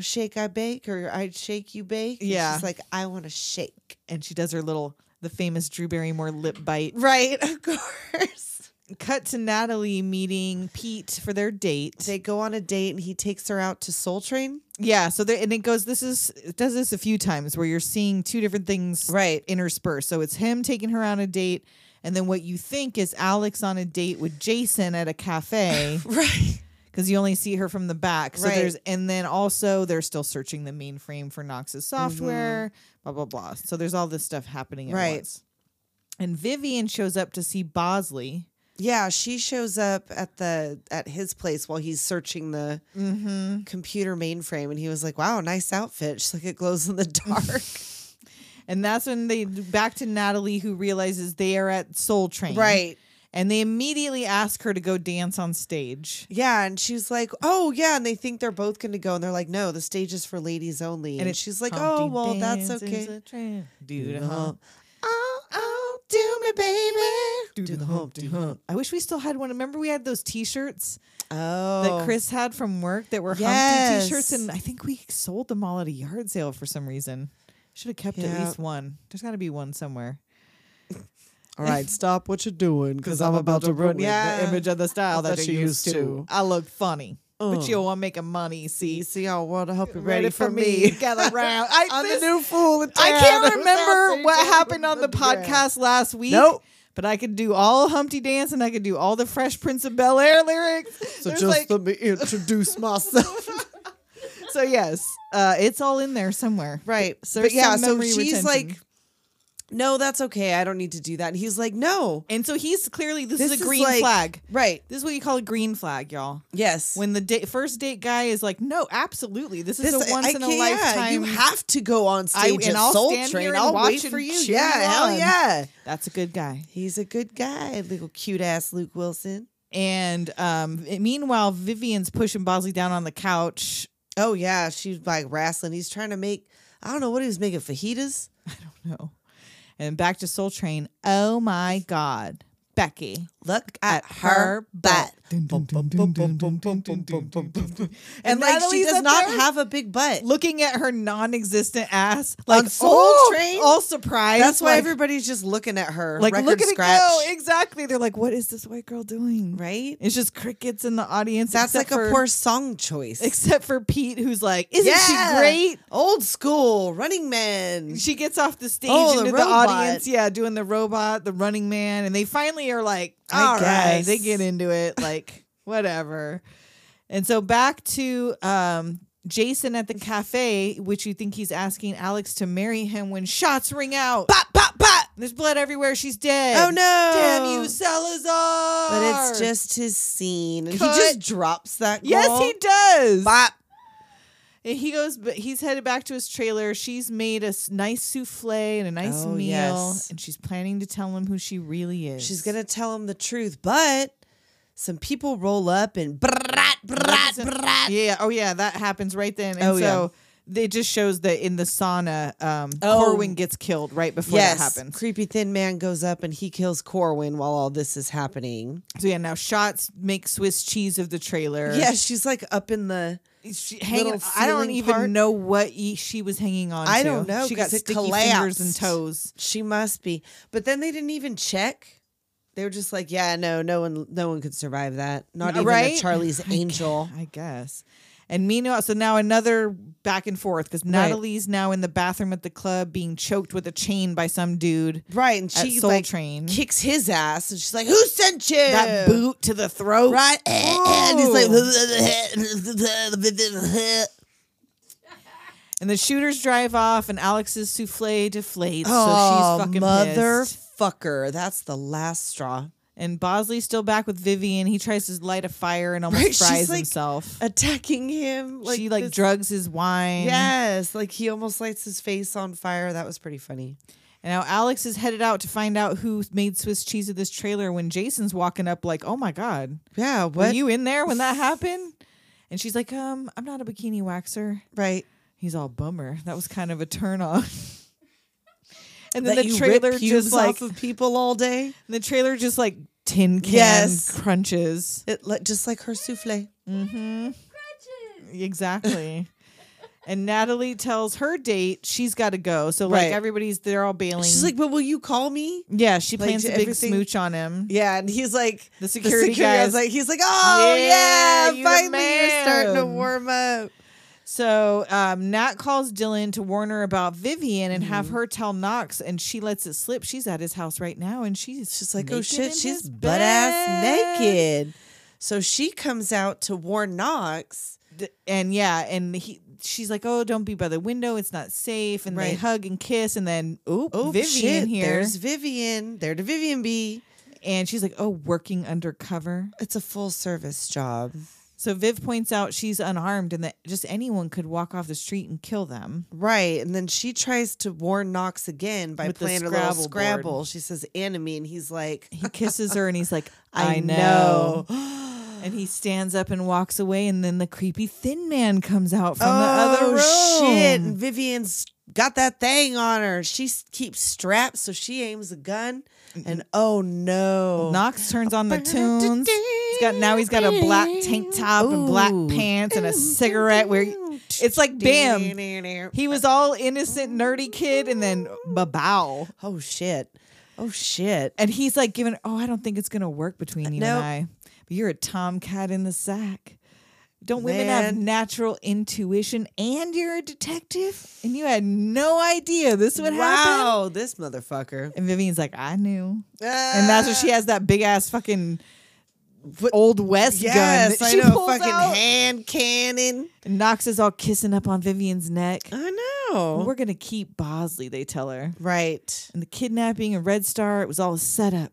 S5: Shake I bake, or I shake you bake. And
S4: Yeah.
S5: she's like, I want to shake.
S4: And she does her little the famous Drew Barrymore lip bite.
S5: Right, of course."
S4: Cut to Natalie meeting Pete for their date.
S5: they go on a date and he takes her out to Soul Train.
S4: yeah, so there and it goes this is it does this a few times where you're seeing two different things
S5: Right.
S4: interspersed. So it's him taking her on a date and then what you think is Alex on a date with Jason at a cafe.
S5: Right.
S4: because you only see her from the back. So
S5: Right.
S4: there's and then also they're still searching the mainframe for Knox's software, blah blah blah. So there's all this stuff happening at
S5: Mm-hmm. Right.
S4: once. And Vivian shows up to see Bosley.
S5: Yeah, she shows up at the at his place while he's searching the
S4: Mm-hmm.
S5: computer mainframe and he was like, "Wow, nice outfit." She's like, "It glows in the dark."
S4: And that's when they back to Natalie who realizes they are at Soul Train.
S5: Right.
S4: And they immediately ask her to go dance on stage.
S5: yeah, and she's like, "Oh, yeah." And they think they're both going to go and they're like, "No, the stage is for ladies only." And,
S4: it's
S5: she's like,
S4: Humpty
S5: "Oh, well, that's
S4: Dance is
S5: okay."
S4: a tramp. Do the hump,
S5: Oh, oh, do me, baby.
S4: do the hump, do hump. I wish we still had one. Remember we had those t-shirts?
S5: Oh.
S4: that Chris had from work that were Humpty
S5: Yes.
S4: t-shirts, and I think we sold them all at a yard sale for some reason. Should have kept at
S5: Yeah.
S4: least one. There's got to be one somewhere.
S5: All right, stop what you're doing because I'm about to ruin
S4: the image Uh, of the style that,
S5: that
S4: you
S5: you
S4: used
S5: used
S4: to.
S5: to.
S4: I look funny, but you want making money.
S5: You
S4: See,
S5: see, I want to help you
S4: ready for me? Gather round. I,
S5: I'm the
S4: this-
S5: new fool. In
S4: I
S5: town.
S4: can't
S5: Without
S4: remember
S5: saying
S4: what
S5: something
S4: happened on the
S5: about
S4: podcast last week.
S5: Nope.
S4: But I could do all Humpty Dance and I could do all the Fresh Prince of Bel Air lyrics.
S5: So
S4: There's
S5: just
S4: like-
S5: let me introduce myself.
S4: so yes, uh, it's all in there somewhere.
S5: right.
S4: So
S5: but yeah,
S4: some
S5: so
S4: memory
S5: she's
S4: retention.
S5: like, no, that's okay. I don't need to do that. And he's like, no.
S4: And so he's clearly this,
S5: This
S4: is a
S5: is
S4: green
S5: like-
S4: flag.
S5: Right.
S4: This is what you call a green flag, y'all.
S5: Yes.
S4: When the date, first date guy is like, "No, absolutely, this is
S5: this
S4: a once
S5: I
S4: in a
S5: can't- yeah,
S4: lifetime."
S5: you have to go on
S4: I-
S5: stage
S4: and
S5: at
S4: I'll
S5: Soul
S4: stand
S5: Train.
S4: here and
S5: I'll
S4: watch
S5: wait
S4: and
S5: for you.
S4: cheer
S5: Yeah,
S4: you
S5: hell
S4: on.
S5: yeah.
S4: That's a good guy.
S5: He's a good guy, little cute ass Luke Wilson.
S4: And um, it- meanwhile, Vivian's pushing Bosley down on the couch.
S5: Oh yeah, she's like wrestling. He's trying to make I don't know what he was making fajitas.
S4: No, and back to Soul Train. Oh my God, Becky,
S5: Look
S4: at her butt. And
S5: And like she
S4: Natalie's
S5: does
S4: up
S5: not
S4: there
S5: have a big butt.
S4: looking at her non-existent ass like
S5: Soul
S4: all-
S5: Train?
S4: all surprised.
S5: That's why
S4: like-
S5: everybody's just looking at her.
S4: like
S5: record
S4: look at
S5: scratch.
S4: it go. Exactly. They're like, what is this white girl doing?
S5: Right?
S4: It's just crickets in the audience.
S5: That's like
S4: except
S5: a
S4: for-
S5: poor song choice.
S4: Except for Pete, who's like, isn't she
S5: Yeah.
S4: great?
S5: Old school, running man.
S4: She gets off the stage
S5: Oh, the
S4: into the,
S5: robot.
S4: audience, yeah, doing the robot, the running man, and they finally are like,
S5: I
S4: all right, they
S5: guess.
S4: get into it, like whatever. And so back to um, Jason at the cafe, which you think he's asking Alex to marry him when shots ring out.
S5: Pop, pop, pop.
S4: There's blood everywhere. She's dead.
S5: Oh no.
S4: Damn you, Salazar!
S5: But it's just his scene. And
S4: Cut.
S5: he just drops that goal.
S4: yes, he does.
S5: Bop.
S4: And he goes, but he's headed back to his trailer. She's made a s- nice souffle and a nice
S5: Oh,
S4: meal,
S5: yes.
S4: and she's planning to tell him who she really is.
S5: She's going to tell him the truth, but some people roll up and brat, brat, brat.
S4: yeah. Oh yeah, that happens right then. And
S5: Oh, yeah.
S4: so it just shows that in the sauna, um,
S5: Oh.
S4: Corwin gets killed right before
S5: Yes.
S4: that happens.
S5: Creepy thin man goes up and he kills Corwin while all this is happening.
S4: So yeah, now shots make Swiss cheese of the trailer.
S5: Yeah, she's like up in the.
S4: she hanging.
S5: little
S4: I don't
S5: ceiling
S4: even
S5: part.
S4: know what e- she was hanging on.
S5: I
S4: to.
S5: don't know,
S4: She got
S5: 'cause it
S4: sticky fingers and
S5: collapsed.
S4: toes.
S5: She must be. But then they didn't even check. They were just like, yeah, no, no one, no one could survive that. Not Oh even
S4: Right?
S5: a Charlie's Angel.
S4: I guess. And meanwhile, so now another back and forth because Natalie's now in the bathroom at the club being choked with a chain by some dude.
S5: Right, and
S4: At
S5: she
S4: Soul
S5: like
S4: Train.
S5: kicks his ass, and she's like, "Who sent you?"
S4: That boot to the throat.
S5: right? And he's Oh. like,
S4: And the shooters drive off, and Alex's souffle deflates.
S5: "Oh,
S4: so she's fucking pissed.
S5: motherfucker!" That's the last straw.
S4: And Bosley's still back with Vivian. He tries to light a fire and almost
S5: Right, she's
S4: fries
S5: like-
S4: himself.
S5: Attacking him, like
S4: she like
S5: this-
S4: drugs his wine.
S5: Yes, like he almost lights his face on fire. That was pretty funny.
S4: And now Alex is headed out to find out who made Swiss cheese of this trailer when Jason's walking up, like, oh my God.
S5: Yeah,
S4: Were
S5: what?
S4: you in there when that happened? And she's like, um, I'm not a bikini waxer.
S5: right?
S4: He's all bummer. That was kind of a turn on. and then
S5: That
S4: the
S5: you rip
S4: trailer
S5: pubes
S4: just like
S5: off of people all day.
S4: the trailer just like tin can
S5: Yes.
S4: crunches.
S5: It like just like her souffle.
S4: Exactly. and Natalie tells her date she's got to go. So like
S5: Right.
S4: everybody's they're all bailing.
S5: She's like, "But will you call me?"
S4: yeah, she
S5: like,
S4: plans
S5: to
S4: a big
S5: everything-
S4: smooch on him.
S5: Yeah, and he's like
S4: The security
S5: guy's
S4: guys-
S5: like he's like, oh
S4: Yeah,
S5: yeah,
S4: you the
S5: finally you're starting to
S4: man."
S5: warm up.
S4: So um, Nat calls Dylan to warn her about Vivian and have her tell Knox, and she lets it slip. She's at his house right now, and she's
S5: She's like, oh
S4: naked in
S5: shit,
S4: his
S5: she's butt ass
S4: bed."
S5: naked. So she comes out to warn Knox.
S4: D- and yeah, and he, she's like, oh, don't be by the window, it's not safe. And they
S5: Right.
S4: hug and kiss, and then oop,
S5: Oh
S4: Vivian
S5: shit,
S4: here,
S5: there's Vivian. There to Vivian be.
S4: and she's like, oh, working undercover.
S5: It's a full service job.
S4: So Viv points out she's unarmed and that just anyone could walk off the street and kill them.
S5: Right. And then she tries to warn Knox again by
S4: With the
S5: playing her little
S4: Scrabble board.
S5: Scrabble. She says enemy, and he's like,
S4: He kisses her, and he's like,
S5: I,
S4: I, know.
S5: know.
S4: And he stands up and walks away, and then the creepy thin man comes out from
S5: oh,
S4: the other room.
S5: shit. And Vivian's got that thing on her. She s- keeps strapped, so she aims a gun. And oh no.
S4: Knox turns on the tunes. He's got now he's got a black tank top and black
S5: Ooh.
S4: pants and a cigarette. Where it's like bam, he was all innocent nerdy kid, and then ba bow.
S5: Oh shit. Oh shit.
S4: And he's like giving, oh, I don't think it's gonna work between you and
S5: Nope.
S4: I. But you're a tomcat in the sack. Don't women have
S5: Man.
S4: natural intuition? And you're a detective, and you had no idea this would happen.
S5: wow, this motherfucker. Ah,
S4: And Vivian's like, I knew. And that's where she has that big ass fucking old west
S5: Yes,
S4: gun. that
S5: I
S4: she
S5: know.
S4: pulls
S5: Fucking
S4: out.
S5: hand cannon.
S4: And Knox is all kissing up on Vivian's neck.
S5: I know.
S4: We're gonna keep Bosley, they tell her.
S5: right.
S4: And the kidnapping and Red Star, it was all a setup.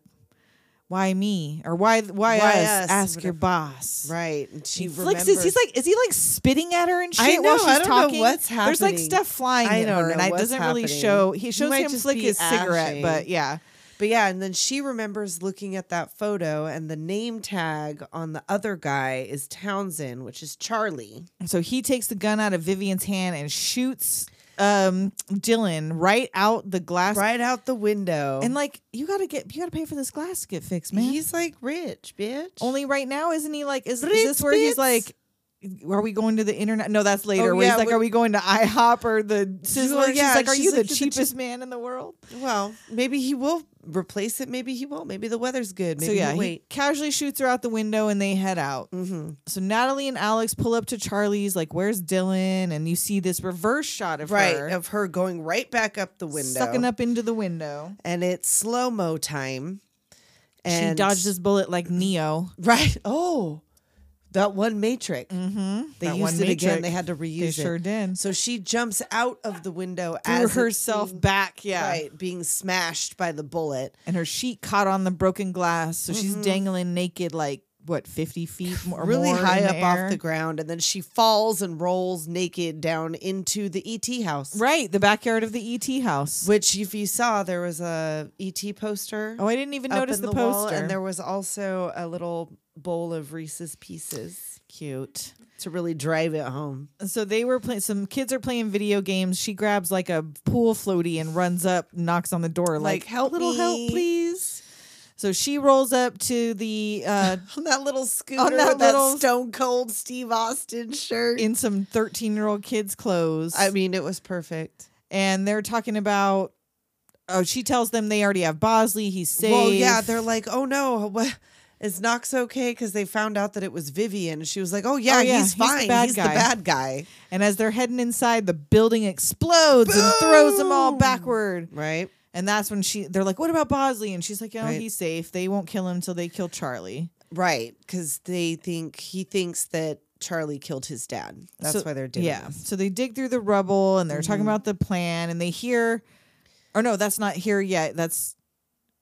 S4: Why me? Or why why,
S5: Why
S4: us?
S5: us?
S4: Ask your
S5: Whatever.
S4: boss.
S5: Right. And she
S4: He flicks his. He's
S5: remembers-
S4: like, is he like spitting at her and shit
S5: I
S4: while
S5: know,
S4: she's
S5: I don't know
S4: talking?
S5: what's
S4: There's like
S5: happening.
S4: stuff flying
S5: I
S4: at
S5: don't
S4: her, and
S5: know
S4: it
S5: what's
S4: doesn't really
S5: happening.
S4: show. He
S5: He
S4: shows
S5: might
S4: him
S5: just
S4: flick
S5: be
S4: his cigarette,
S5: ashing.
S4: but yeah,
S5: But yeah, and then she remembers looking at that photo, and the name tag on the other guy is Townsend, which is Charlie.
S4: So he takes the gun out of Vivian's hand and shoots um Dylan right out the glass
S5: right out the window.
S4: and like you gotta get you gotta pay for this glass to get fixed, man.
S5: he's like rich, bitch.
S4: Only right now, isn't he like? Is, is
S5: Ritz
S4: this where he's
S5: Bits.
S4: like? Are we going to the internet? No, that's later.
S5: Oh,
S4: where
S5: yeah,
S4: he's like,
S5: we-
S4: are we going to IHOP or the Sizzler?
S5: Well, yeah,
S4: she's like, are
S5: she's
S4: you
S5: like,
S4: the
S5: "You're the cheap-
S4: cheapest man in the world?
S5: well, maybe he will replace it. Maybe he won't. Maybe the weather's good. Maybe
S4: so yeah,
S5: he'll
S4: he
S5: wait. Mm-hmm.
S4: casually shoots her out the window and they head out. So Natalie and Alex pull up to Charlie's. Like, where's Dylan? And you see this reverse shot of
S5: right
S4: her
S5: of her going right back up the window,
S4: sucking up into the window.
S5: and it's slow mo time. And
S4: she dodged this bullet like Neo.
S5: Right. Oh, that one matrix.
S4: Mm-hmm.
S5: They
S4: That one
S5: used it again.
S4: Matrix.
S5: They had to reuse
S4: They
S5: it.
S4: sure did.
S5: So she jumps out of the window
S4: Threw
S5: as
S4: herself
S5: it's being-
S4: back. Yeah.
S5: right, being smashed by the bullet.
S4: and her sheet caught on the broken glass, so she's dangling naked, like what fifty feet m- or
S5: Mm-hmm. really
S4: more in
S5: high
S4: the
S5: up
S4: air.
S5: off the ground, and then she falls and rolls naked down into the ET house.
S4: right, the backyard of the ET house.
S5: Which, if you saw, there was a ET poster.
S4: oh, I didn't even
S5: up
S4: notice
S5: in
S4: the,
S5: wall,
S4: poster.
S5: and there was also a little bowl of Reese's Pieces. Cute to really drive it home.
S4: so they were playing. Some kids are playing video games. She grabs like a pool floaty and runs up, knocks on the door, like,
S5: Like, "Help
S4: little
S5: me."
S4: help, please." So she rolls up to the uh,
S5: on that little scooter
S4: that
S5: with that
S4: little-
S5: Stone Cold Steve Austin shirt.
S4: in some thirteen-year-old kids' clothes.
S5: I mean, it was perfect.
S4: and they're talking about. Oh, she tells them they already have Bosley. He's safe.
S5: Well, yeah, they're like, oh no, what? Is Knox okay? Because they found out that it was Vivian. She was like, "Oh yeah,
S4: Oh, yeah,
S5: he's
S4: he's the
S5: fine. He's, the, bad
S4: bad guy."
S5: guy,
S4: And as they're heading inside, the building explodes and throws them all
S5: Boom!
S4: backward.
S5: right?"
S4: And that's when she they're like, "What about Bosley?" And she's like, "Oh,
S5: Right.
S4: he's safe. They won't kill him until they kill Charlie."
S5: Right, because they think he thinks that Charlie killed his dad. That's
S4: So-
S5: why they're doing.
S4: Yeah.
S5: this. Mm-hmm.
S4: So they dig through the rubble and they're talking about the plan and they hear or no, that's not here yet. That's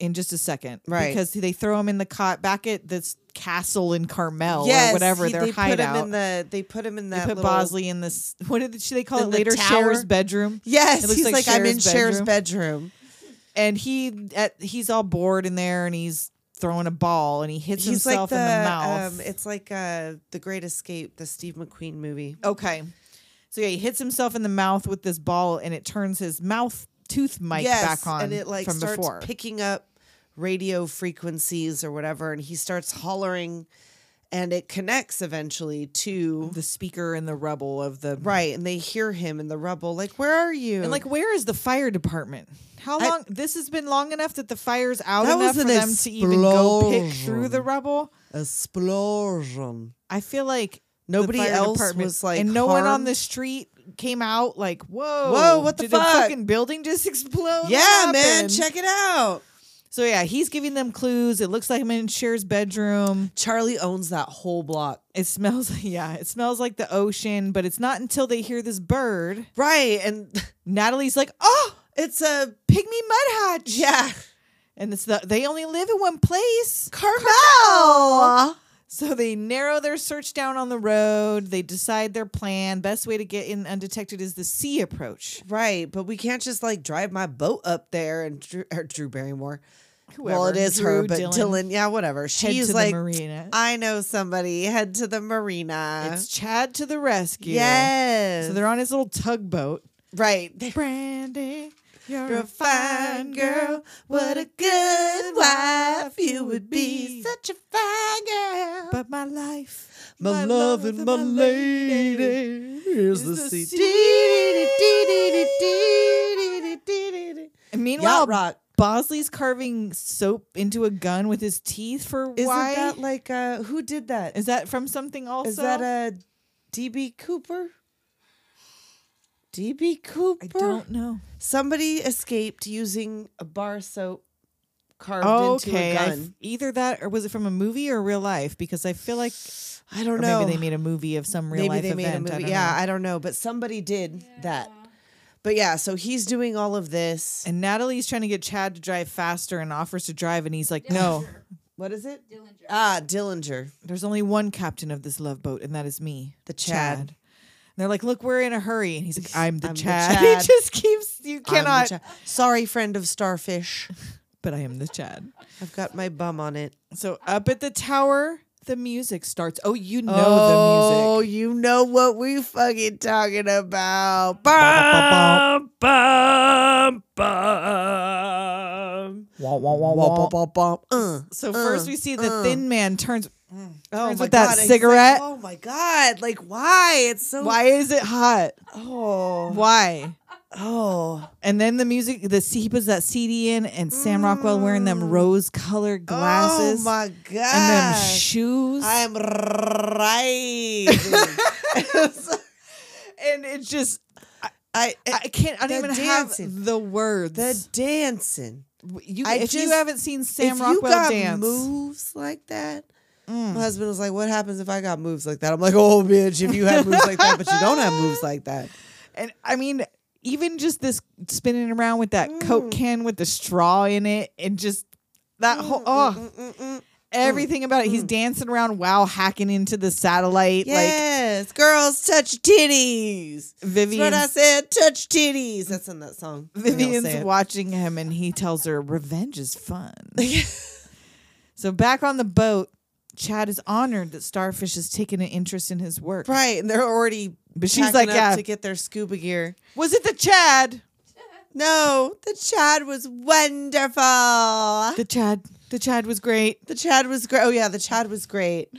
S4: in just a second.
S5: Right.
S4: Because they throw him in the cot back at this castle in Carmel
S5: Yes,
S4: or whatever
S5: he-
S4: their
S5: they
S4: hideout.
S5: Put him in the, they put him in
S4: they
S5: that.
S4: put
S5: little-
S4: Bosley in this what did she they call
S5: in
S4: it
S5: the
S4: later?
S5: tower.
S4: Cher's bedroom.
S5: Yes,
S4: It looks
S5: he's like,
S4: like
S5: I'm in
S4: Cher's
S5: Cher's bedroom.
S4: and he at, he's all bored in there and he's throwing a ball and he hits
S5: He's like
S4: himself
S5: the,
S4: in the mouth.
S5: Um, it's like uh, the Great Escape, the Steve McQueen movie.
S4: okay. So yeah, he hits himself in the mouth with this ball and it turns his mouth tooth mic back on
S5: and it like
S4: from
S5: starts
S4: before.
S5: picking up radio frequencies or whatever, and he starts hollering, and it connects eventually to
S4: the speaker in the rubble of the
S5: right, and they hear him in the rubble. Like, where are you?
S4: And like where is the fire department? How
S5: I-
S4: long this has been long enough that the fire's out
S5: That
S4: enough
S5: was
S4: for
S5: an
S4: them to even go pick through
S5: explosion.
S4: the rubble?
S5: explosion.
S4: I feel like the
S5: Nobody
S4: fire
S5: else
S4: department-
S5: was like,
S4: and no one on
S5: harmed?
S4: the street came out like, whoa,
S5: Whoa, what the
S4: did
S5: fuck?
S4: fucking building just explode? What
S5: Yeah, man,
S4: happened?"
S5: check it out.
S4: So yeah, he's giving them clues. It looks like I'm in Cher's bedroom.
S5: Charlie owns that whole block.
S4: It smells yeah, it smells like the ocean, but it's not until they hear this bird.
S5: Right, and
S4: Natalie's like, "Oh,
S5: it's a
S4: pygmy mudhatch."
S5: yeah,
S4: And it's the they only live in one place.
S5: Carmel.
S4: So they narrow their search down on the road. They decide their plan. Best way to get in undetected is the sea approach.
S5: Right, but we can't just like drive my boat up there and Drew, or Drew Barrymore. well, it
S4: Whoever.
S5: is her,
S4: Drew,
S5: but Dylan.
S4: Dylan. uh,
S5: yeah, whatever.
S4: Head
S5: She's
S4: to
S5: like,
S4: the marina.
S5: I know somebody. Head to the marina.
S4: it's Chad to the rescue.
S5: yes,
S4: So they're on his little tugboat.
S5: right.
S4: Brandy,
S5: You're a fine girl. What a good wife you would be. Such a fine girl.
S4: But my life,
S5: my, love and my lady is the
S4: the
S5: sea.
S4: sea. And
S5: Yacht
S4: meanwhile,
S5: rock.
S4: Bosley's carving soap into a gun with his teeth for
S5: Isn't
S4: why?
S5: that like uh who did that?
S4: Is that from something also?
S5: Is that a DB Cooper? DB Cooper.
S4: I don't know.
S5: Somebody escaped using a bar soap carved
S4: okay,
S5: into
S4: I
S5: a
S4: f-
S5: gun.
S4: either that or was it from a movie or real life? Because I feel like
S5: I don't
S4: or
S5: know.
S4: maybe they made a movie of some real
S5: Maybe
S4: life
S5: they made
S4: event. I
S5: a movie.
S4: don't
S5: yeah,
S4: know.
S5: I don't know, but somebody did that. But yeah, so he's doing all of this.
S4: And Natalie's trying to get Chad to drive faster and offers to drive, and he's like, "No,
S5: What is it? Dillinger. Ah, Dillinger.
S4: there's only one captain of this love boat, and that is me,
S5: The Chad.
S4: And they're like, "Look, we're in a hurry," and he's like, "I'm the
S5: I'm the
S4: Chad."
S5: Chad.
S4: he just keeps. You
S5: I'm the
S4: cannot.
S5: Chad. Sorry, friend of starfish.
S4: But I am the Chad.
S5: I've got my bum on it.
S4: So up at the tower, the music starts. Oh, you know the
S5: oh,
S4: music.
S5: you know what we fucking talking about.
S4: Ba-ba-ba-bum.
S5: Bum, bum, bum.
S4: Wah, wah, wah, wah,
S5: Bum,
S4: wah.
S5: bum, bum, uh,
S4: So
S5: uh,
S4: first we see the
S5: uh.
S4: thin man turns.
S5: oh
S4: turns
S5: my
S4: with that
S5: God, I- it's like,
S4: cigarette.
S5: oh my god! Like why? It's so
S4: Why is it hot?
S5: Oh,
S4: Why?
S5: oh.
S4: And then the music, the he puts that CD in, and Sam Rockwell wearing them rose-colored glasses
S5: Oh my god!
S4: and them shoes,
S5: I'm right.
S4: and it's just
S5: I,
S4: I can't. I don't
S5: the
S4: even
S5: dancing.
S4: have the words.
S5: the dancing.
S4: you,
S5: I
S4: if you
S5: just-
S4: haven't seen Sam
S5: if you
S4: Rockwell
S5: got
S4: dance, Mm.
S5: moves like that, my husband was like, "What happens if I got moves like that?" I'm like, "Oh, bitch! If you have moves like that, but you don't have moves like that,
S4: and I mean, even just this spinning around with that Coke can with the straw in it, and just that whole oh, everything about it. He's dancing around while hacking into the satellite,
S5: yes, girls touch titties."
S4: like
S5: That's what I
S4: Vivian.
S5: said. Touch titties. That's in that song. I don't say
S4: Vivian's
S5: it.
S4: watching him, and he tells her, "Revenge is fun." so back on the boat. Chad is honored that Starfish has taken an interest in his work.
S5: right, and they're already.
S4: But she's
S5: packing
S4: like,
S5: up
S4: yeah.
S5: to get their scuba gear.
S4: Was it the Chad?
S5: No, the Chad was wonderful.
S4: The Chad. The Chad was great.
S5: The Chad was great. Oh yeah, the Chad was great.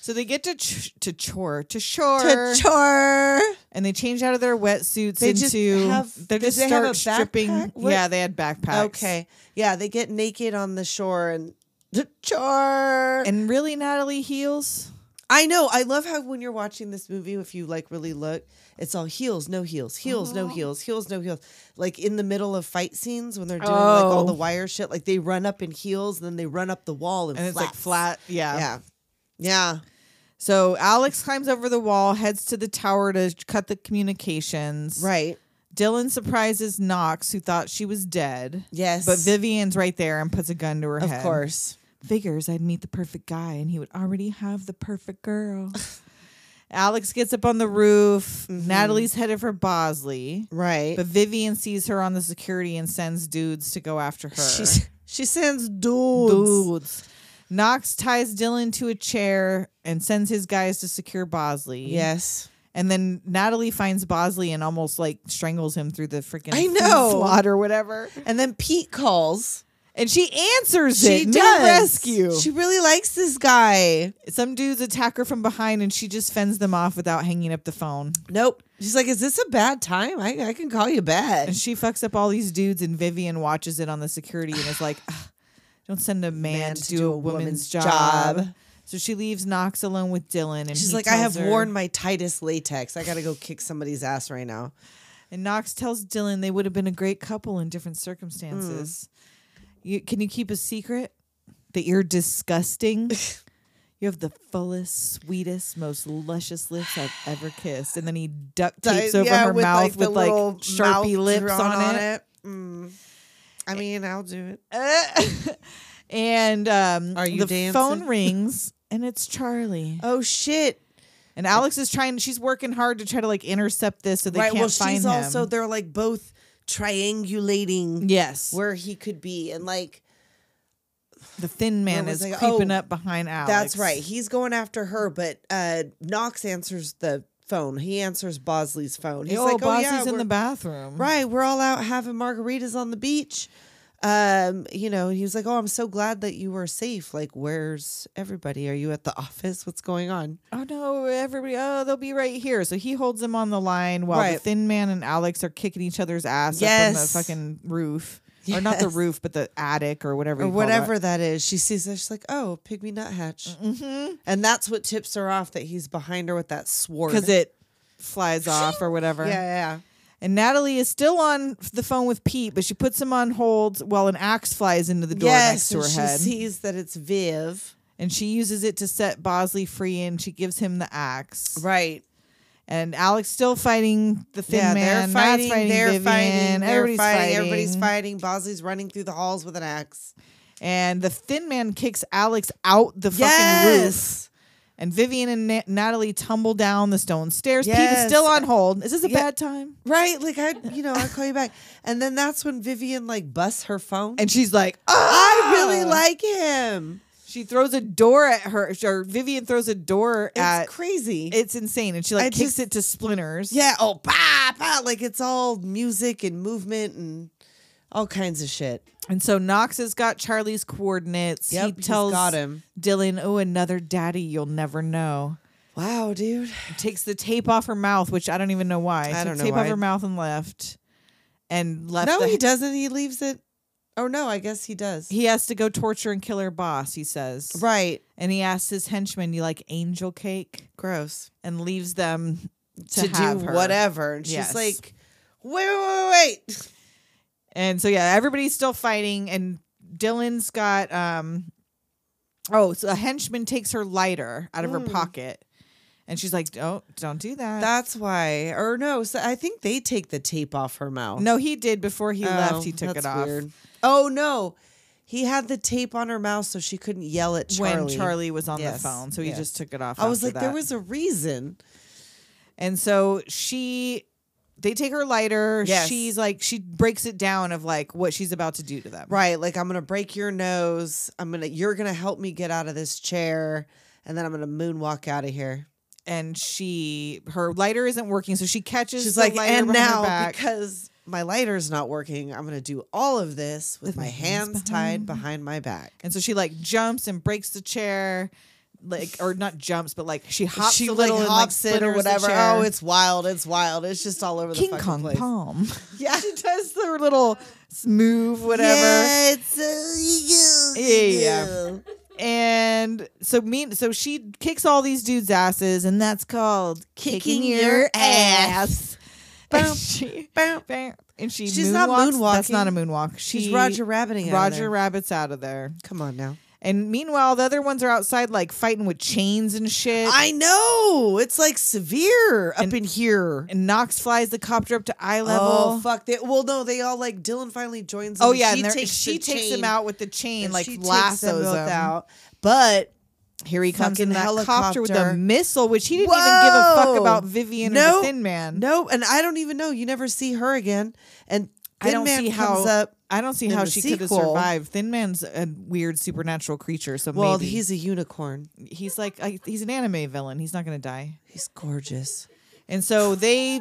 S4: So they get to ch- to chore to shore,
S5: To chore.
S4: and they change out of their wetsuits
S5: They
S4: into.
S5: just have-
S4: they
S5: did
S4: just
S5: they have
S4: start
S5: a
S4: stripping.
S5: backpack? What-
S4: Yeah, they had backpacks.
S5: Okay. Yeah, they get naked on the shore and the chore. And
S4: And really, Natalie heels.
S5: I know. I love how when you're watching this movie, if you like really look, it's all heels, no heels, heels,
S4: Oh.
S5: no heels, heels, no heels. Like in the middle of fight scenes when they're doing like all the
S4: Oh.
S5: wire shit, like they run up in heels and then they run up the wall and,
S4: And it's like
S5: flats.
S4: flat. Yeah.
S5: Yeah. Yeah.
S4: So Alex climbs over the wall, heads to the tower to cut the communications.
S5: Right.
S4: Dylan surprises Knox, who thought she was dead.
S5: Yes.
S4: But Vivian's right there and puts a gun to her
S5: of
S4: head.
S5: course.
S4: figures I'd meet the perfect guy and he would already have the perfect girl. Alex gets up on the roof. Natalie's headed for Bosley,
S5: Mm-hmm. Right.
S4: but Vivian sees her on the security and sends dudes to go after her.
S5: She's, she sends dudes.
S4: dudes. Knox ties Dylan to a chair and sends his guys to secure Bosley.
S5: Yes.
S4: And then Natalie finds Bosley and almost like strangles him through the freaking
S5: I know.
S4: slot or whatever.
S5: And then Pete calls.
S4: And she answers
S5: She
S4: it.
S5: does.
S4: rescue.
S5: She really likes this guy.
S4: Some dudes attack her from behind and she just fends them off without hanging up the phone.
S5: Nope. She's like, is this a bad time? I, I can call you back.
S4: And she fucks up all these dudes and Vivian watches it on the security and is like, "Ugh, don't send a man, to, do, a woman's,
S5: woman's
S4: job.
S5: job.
S4: So she leaves Knox alone with Dylan and
S5: She's
S4: he
S5: like, I have
S4: tells her-
S5: worn my Titus latex. I got to go kick somebody's ass right now.
S4: and Knox tells Dylan they would have been a great couple in different circumstances. You, can you keep a secret that you're disgusting? You have the fullest, sweetest, most luscious lips I've ever kissed. And then he duct tapes over
S5: Yeah,
S4: her mouth
S5: the
S4: with like
S5: little
S4: sharpie
S5: mouth
S4: lips
S5: drawn
S4: on, it.
S5: Mm. I mean, I'll do it.
S4: and um,
S5: Are you
S4: the
S5: dancing?
S4: phone rings and it's Charlie.
S5: Oh, shit.
S4: And Alex is trying. She's working hard to try to like intercept this so they
S5: right.
S4: can't
S5: Well,
S4: find
S5: she's
S4: him.
S5: also, they're like both triangulating
S4: yes,
S5: where he could be. And like,
S4: the thin man
S5: where
S4: is
S5: was I-
S4: creeping
S5: oh,
S4: up behind Alex.
S5: That's right. He's going after her, but uh, Knox answers the phone. He answers Bosley's phone. He's
S4: oh,
S5: like, "Oh
S4: Bossy's
S5: yeah,
S4: in
S5: we're-
S4: the Mm. bathroom.
S5: right. We're all out having margaritas on the beach." Um, you know, he was like, "Oh, I'm so glad that you were safe. Like, where's everybody? Are you at the office? What's going on?"
S4: Oh no, everybody. Oh, they'll be right here. So he holds him on the line while the
S5: Right.
S4: thin man and Alex are kicking each other's ass
S5: Yes.
S4: up on the fucking roof, or not the
S5: Yes.
S4: roof, but the attic or whatever.
S5: Or
S4: you call that.
S5: whatever that is. She sees that she's like, "Oh, pygmy nuthatch,"
S4: Mm-hmm.
S5: and that's what tips her off that he's behind her with that sword.
S4: because it flies off or whatever.
S5: yeah, yeah,
S4: And Natalie is still on the phone with Pete, but she puts him on hold while an axe flies into the door next
S5: yes.
S4: to
S5: And
S4: her
S5: she
S4: head.
S5: sees that it's Viv.
S4: and she uses it to set Bosley free and she gives him the axe.
S5: Right.
S4: And Alex still fighting the thin
S5: yeah,
S4: man.
S5: they're
S4: Matt's
S5: fighting. they're
S4: Vivian,
S5: fighting. They're
S4: everybody's
S5: fighting, Everybody's fighting. Bosley's running through the halls with an axe.
S4: And the thin man kicks Alex out the fucking roof.
S5: Yes.
S4: And Vivian and Na- Natalie tumble down the stone stairs. Pete is
S5: Yes.
S4: still on hold. Is this a
S5: Yeah.
S4: bad time?
S5: Right. Like I, you know, I call you back, and then that's when Vivian like busts her phone.
S4: And she's like,
S5: I really
S4: "Ah!"
S5: like him.
S4: She throws a door at her, or Vivian throws a door
S5: It's
S4: at.
S5: crazy.
S4: It's insane, and she like
S5: I
S4: kicks
S5: just-
S4: it to splinters.
S5: yeah. Oh, bah, bah. Like it's all music and movement and all kinds of shit.
S4: and so Knox has got Charlie's coordinates.
S5: Yep,
S4: he
S5: he's
S4: tells
S5: got him.
S4: Dylan, "Oh, another daddy you'll never know."
S5: Wow, dude.
S4: Takes the tape off her mouth, which I don't even know why.
S5: I
S4: Took
S5: don't know
S4: tape off
S5: why.
S4: her mouth and left, and left.
S5: No,
S4: the-
S5: he doesn't. He leaves it. Oh no, I guess he does.
S4: He has to go torture and kill her boss. He says,
S5: right.
S4: and he asks his henchmen, "You like angel cake?"
S5: Gross.
S4: and leaves them to,
S5: To, do
S4: have her.
S5: whatever, and she's
S4: Yes.
S5: like, wait, wait, wait, wait.
S4: And so yeah, everybody's still fighting, and Dylan's got um oh, so a henchman takes her lighter out of
S5: Hmm.
S4: her pocket, and she's like, "Oh, don't do that."
S5: That's why. Or no, so I think they take the tape off her mouth.
S4: no, he did before he
S5: Oh,
S4: left. He took it
S5: that's
S4: off
S5: weird. Oh no, he had the tape on her mouth so she couldn't yell at Charlie.
S4: when Charlie was on
S5: Yes,
S4: the phone, so he
S5: yes.
S4: just took it off.
S5: I was
S4: after
S5: like, there
S4: that.
S5: was a reason.
S4: and so she. They take her lighter.
S5: Yes.
S4: She's like, she breaks it down of like what she's about to do to them.
S5: Right. Like I'm gonna break your nose. I'm gonna you're gonna help me get out of this chair and then I'm gonna moonwalk out of here.
S4: and she her lighter isn't working, so she catches.
S5: She's
S4: the
S5: like,
S4: lighter
S5: and
S4: behind her
S5: now
S4: back.
S5: because my lighter's not working, I'm gonna do all of this with, my hands tied behind my back.
S4: and so she like jumps and breaks the chair, like or not jumps, but like she hops
S5: she
S4: a little
S5: like
S4: and,
S5: hops
S4: like,
S5: in or
S4: splinters the
S5: whatever.
S4: chair.
S5: Oh, it's wild, it's wild. It's just all over the
S4: King
S5: fucking
S4: Kong
S5: place.
S4: palm.
S5: Yeah.
S4: she does her little s- move, whatever.
S5: Yeah, it's uh,
S4: Yeah. And so mean so she kicks all these dudes' asses, and that's called kicking,
S5: Kicking
S4: your,
S5: your
S4: ass.
S5: Bow,
S4: And she,
S5: bow.
S4: bow. and she
S5: She's not
S4: moonwalks. That's not a
S5: moonwalking.
S4: moonwalk.
S5: She's
S4: She-
S5: Roger rabbiting.
S4: Roger
S5: Roger,
S4: Rabbit's out of there.
S5: come on now.
S4: And meanwhile, the other ones are outside, like fighting with chains and shit.
S5: I know it's like severe up
S4: And-
S5: in here.
S4: and Knox flies the copter up to eye level.
S5: Oh fuck! They, well, no, they all like Dylan finally joins. Them
S4: Oh,
S5: and
S4: yeah, and they're- she
S5: takes
S4: takes,
S5: the chain
S4: him out with the chain,
S5: and
S4: like
S5: she takes them
S4: lassos
S5: both
S4: him.
S5: out. But
S4: Here he comes in
S5: Fucking
S4: that helicopter with a
S5: helicopter.
S4: missile, which he didn't even give a fuck
S5: Whoa!
S4: about Vivian or
S5: No,
S4: the Thin Man.
S5: no, and I don't even know. You never see her again. And
S4: I
S5: Thin
S4: don't
S5: Man
S4: see how.
S5: comes up.
S4: I don't see
S5: in
S4: how
S5: the
S4: she could have
S5: sequel.
S4: survived. Thin Man's a weird supernatural creature, so
S5: Well,
S4: maybe
S5: he's a unicorn.
S4: he's like I, he's an anime villain. He's not going to die.
S5: He's gorgeous.
S4: And so they.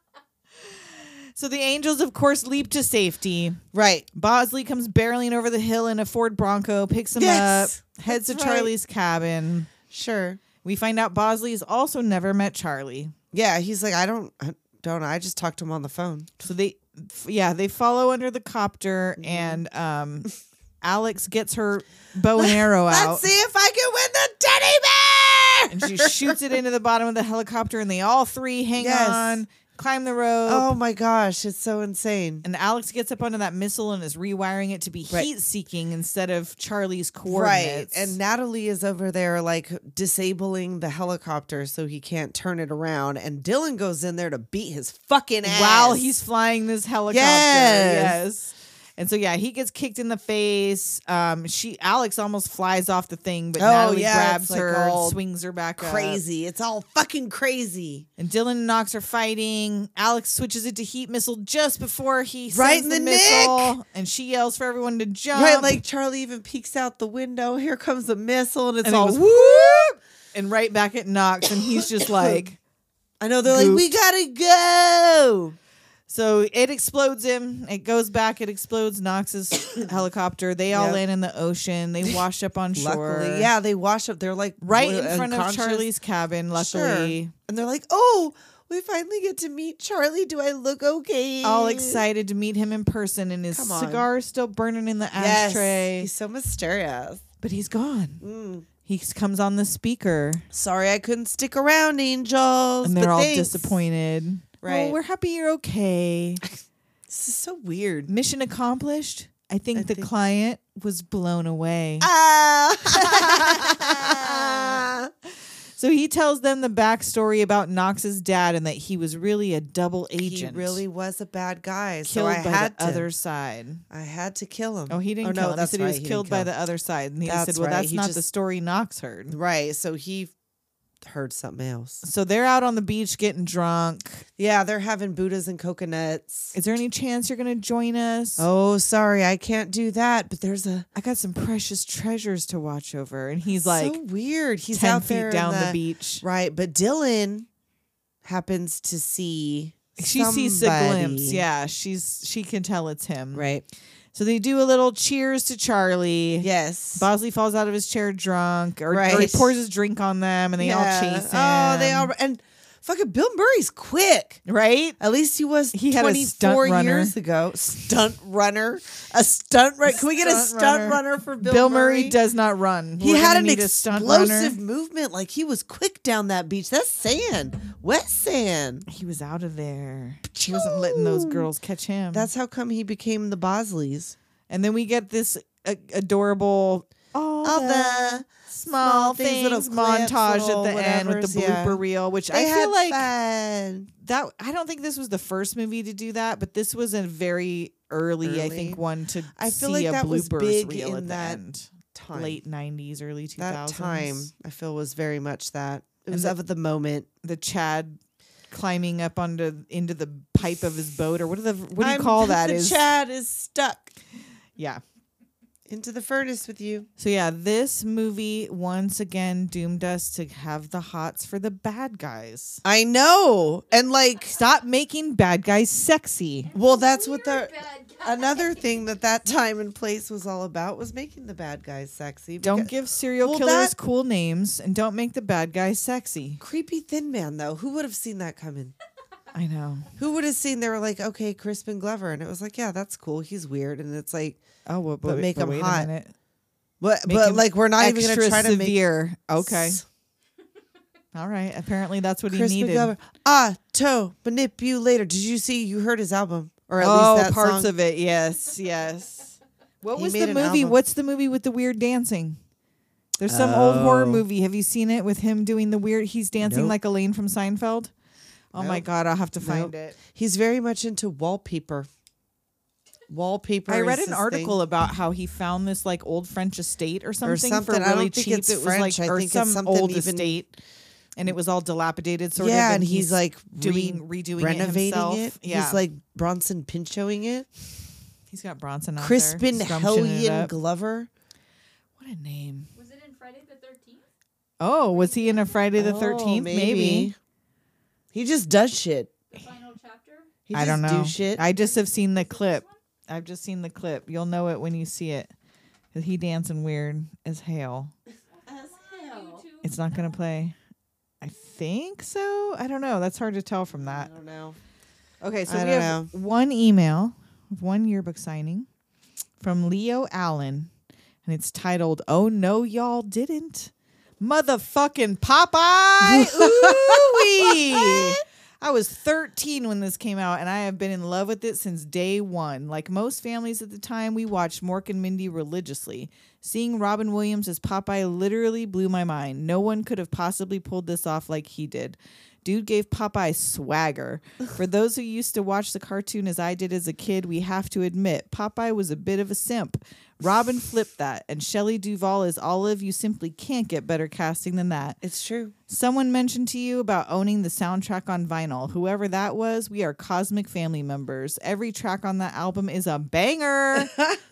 S4: so the angels, of course, leap to safety.
S5: Right.
S4: Bosley comes barreling over the hill in a Ford Bronco, picks him
S5: Yes,
S4: up, heads to
S5: that's right.
S4: Charlie's cabin.
S5: Sure.
S4: We find out Bosley's also never met Charlie.
S5: Yeah. He's like, I don't, I don't. I just talked to him on the phone.
S4: So they, f- yeah, they follow under the copter,
S5: Mm-hmm.
S4: and um, Alex gets her bow and arrow out.
S5: Let's see if I can win the teddy
S4: And
S5: bear.
S4: she shoots it into the bottom of the helicopter, and they all three hang
S5: Yes.
S4: on, climb the rope.
S5: oh my gosh, it's so insane.
S4: And Alex gets up onto that missile and is rewiring it to be
S5: Right.
S4: heat seeking instead of Charlie's
S5: Right.
S4: coordinates.
S5: And Natalie is over there like disabling the helicopter so he can't turn it around. And Dylan goes in there to beat his fucking ass.
S4: while he's flying this helicopter. Yes.
S5: Yes.
S4: And so yeah, he gets kicked in the face. Um, she Alex almost flies off the thing, but
S5: Oh,
S4: Natalie
S5: yeah,
S4: grabs
S5: it's, like,
S4: her, and
S5: all
S4: swings her back up.
S5: crazy. It's all fucking crazy.
S4: And Dylan and Knox are fighting. Alex switches it to heat missile just before he sends
S5: Right in
S4: the,
S5: the
S4: missile, and she yells for everyone to jump.
S5: Right, like Charlie even peeks out the window. Here comes the missile, and it's
S4: and it
S5: all
S4: goes,
S5: whoop.
S4: whoop, and right back at Knox, and he's just like.
S5: I know they're like, we gotta go.
S4: So it explodes him. It goes back. It explodes Knox's helicopter. They all
S5: Yep.
S4: land in the ocean. They wash up on shore.
S5: Luckily, yeah, they wash up. They're like
S4: Right
S5: wa-
S4: in front of
S5: unconscious.
S4: Charlie's cabin,
S5: Sure.
S4: luckily.
S5: and they're like, oh, we finally get to meet Charlie. Do I look okay?
S4: All excited to meet him in person, and his
S5: Come on.
S4: cigar is still burning in the
S5: Yes,
S4: ashtray.
S5: he's Mm. so mysterious.
S4: But he's gone. He s- comes on the speaker,
S5: Sorry I couldn't stick around, angels.
S4: and they're
S5: but
S4: all
S5: thanks.
S4: disappointed. Right.
S5: Right.
S4: we're happy you're okay.
S5: This is so weird.
S4: Mission accomplished. I think the client was blown away. Mm.
S5: Ah.
S4: So he tells them the backstory about Knox's dad and that he was really a double agent.
S5: he really was a bad guy.
S4: killed
S5: so I
S4: by
S5: had
S4: the
S5: to,
S4: other side.
S5: I had to kill him.
S4: Oh, he didn't
S5: no,
S4: kill him. He
S5: that's
S4: said
S5: right,
S4: he was
S5: didn't
S4: killed
S5: kill
S4: by
S5: him.
S4: the other side. And he
S5: That's
S4: said, well,
S5: right.
S4: that's
S5: He
S4: not the
S5: just-
S4: story Knox heard.
S5: Right. So he heard something else.
S4: So they're out on the beach getting drunk.
S5: Yeah, they're having Buddhas and coconuts.
S4: Is there any chance you're going to join us?
S5: Oh, sorry, I can't do that. But there's a
S4: I got some precious treasures to watch over. And he's like,
S5: so weird. He's
S4: 10
S5: out
S4: feet
S5: there
S4: down
S5: in
S4: the beach.
S5: right? But Dylan happens to see.
S4: she sees a glimpse.
S5: somebody.
S4: Yeah, she's she can tell it's him.
S5: Right.
S4: So they do a little cheers to Charlie.
S5: Yes.
S4: Bosley falls out of his chair drunk, or, or he
S5: Right.
S4: pours his drink on them, and they all
S5: Yeah.
S4: chase him.
S5: Oh, they all and fucking Bill Murray's quick.
S4: right.
S5: At least he was
S4: He had a stunt
S5: 24
S4: runner.
S5: years ago. Stunt runner. A stunt runner. Can we get a
S4: Stunt
S5: stunt
S4: runner.
S5: runner, for Bill,
S4: Bill, Murray? does not run.
S5: He
S4: We're
S5: had
S4: gonna
S5: an
S4: need a stunt runner.
S5: explosive movement. Like he was quick down that beach. That's sand. Wet sand.
S4: He was out of there. He wasn't letting those girls catch him.
S5: That's how come he became the Bosleys.
S4: and then we get this a- adorable all,
S5: All
S4: the
S5: the
S4: small
S5: small things,
S4: things,
S5: little clips,
S4: montage
S5: little
S4: at the end with the
S5: whatevers, yeah.
S4: blooper reel, which
S5: They
S4: I
S5: had
S4: feel like
S5: fun.
S4: that. I don't think this was the first movie to do that, but this was a very early, I think,
S5: Early.
S4: one to
S5: I feel
S4: see
S5: like
S4: a
S5: that was
S4: bloopers
S5: big
S4: reel
S5: in
S4: at
S5: that
S4: the end.
S5: Time.
S4: Late '90s, early 2000s.
S5: that time I feel was very much that. It was
S4: the-
S5: of the moment.
S4: the Chad climbing up onto into the pipe of his boat, or what do the what do you
S5: I'm-
S4: call that?
S5: the
S4: Is
S5: Chad is stuck
S4: yeah.
S5: into the furnace with you.
S4: So yeah, this movie once again doomed us to have the hots for the bad guys.
S5: I know. And like
S4: Stop making bad guys sexy.
S5: well that's what the
S3: bad guy.
S5: another thing that that time and place was all about was making the bad guys sexy.
S4: Don't
S5: because-
S4: give serial
S5: Well,
S4: killers
S5: that-
S4: cool names and don't make the bad guys sexy.
S5: creepy thin man though. Who would have seen that coming?
S4: I know.
S5: Who would have seen they were like, okay, Crispin Glover, and it was like, yeah, that's cool. He's weird, and it's like,
S4: Oh well, but,
S5: make
S4: but
S5: 'em
S4: wait a
S5: hot.
S4: minute.
S5: but
S4: Make
S5: but
S4: him
S5: like we're not even
S4: Extra
S5: gonna try to make
S4: severe. Okay. All right. Apparently that's what
S5: Chris
S4: he needed.
S5: McGovern. Ah, toe manipulator. Did you see? You heard his album, or at
S4: oh,
S5: least that
S4: parts
S5: song.
S4: of it. Yes, yes. What
S5: He
S4: was
S5: made
S4: the
S5: an
S4: movie?
S5: album.
S4: What's the movie with the weird dancing? There's some old horror
S5: Oh.
S4: movie. Have you seen it with him doing the weird? He's dancing
S5: Nope.
S4: like Elaine from Seinfeld. Oh my
S5: Nope.
S4: god, I'll have to find
S5: Nope.
S4: it.
S5: He's very much into wallpaper. Wallpaper.
S4: I read
S5: is
S4: an
S5: his
S4: article
S5: thing.
S4: about how he found this like old French estate or something,
S5: something. I
S4: for
S5: don't
S4: really
S5: think
S4: cheap.
S5: it's
S4: it was
S5: French.
S4: like
S5: I
S4: or
S5: think it's
S4: some
S5: something
S4: old
S5: even-
S4: estate, and it was all dilapidated. Sort
S5: yeah,
S4: of.
S5: and he's like
S4: doing
S5: re-
S4: redoing it
S5: renovating
S4: himself.
S5: it.
S4: Yeah,
S5: He's like Bronson Pinchoing it.
S4: he's got Bronson out there,
S5: Crispin
S4: scrumptioning it
S5: Hellion
S4: up.
S5: Glover.
S4: What a name.
S7: Was it in Friday the 13th?
S4: Oh, was he in a Friday the
S5: Oh,
S4: Thirteenth? maybe.
S5: He just does shit.
S7: The final chapter?
S5: He
S4: I
S5: just
S4: don't know.
S5: Do shit.
S4: I just have seen the clip. I've just seen the clip. You'll know it when you see it. 'Cause He dancing weird as hell. It's not gonna play. I think so. I don't know. That's hard to tell from
S5: I
S4: that.
S5: don't know.
S4: Okay, so
S5: I
S4: we
S5: don't
S4: have one email, one yearbook signing from Leo Allen, and it's titled "Oh No, Y'all Didn't." Motherfucking Popeye! Ooh-wee. I was 13 when this came out, and I have been in love with it since day one. Like most families at the time, we watched Mork and Mindy religiously. Seeing Robin Williams as Popeye literally blew my mind. No one could have possibly pulled this off like he did. Dude gave Popeye swagger. For those who used to watch the cartoon as I did as a kid, we have to admit Popeye was a bit of a simp. Robin flipped that, and Shelley Duvall as Olive, you simply can't get better casting than that.
S5: It's true.
S4: Someone mentioned to you about owning the soundtrack on vinyl. Whoever that was, we are cosmic family members. Every track on that album is a banger.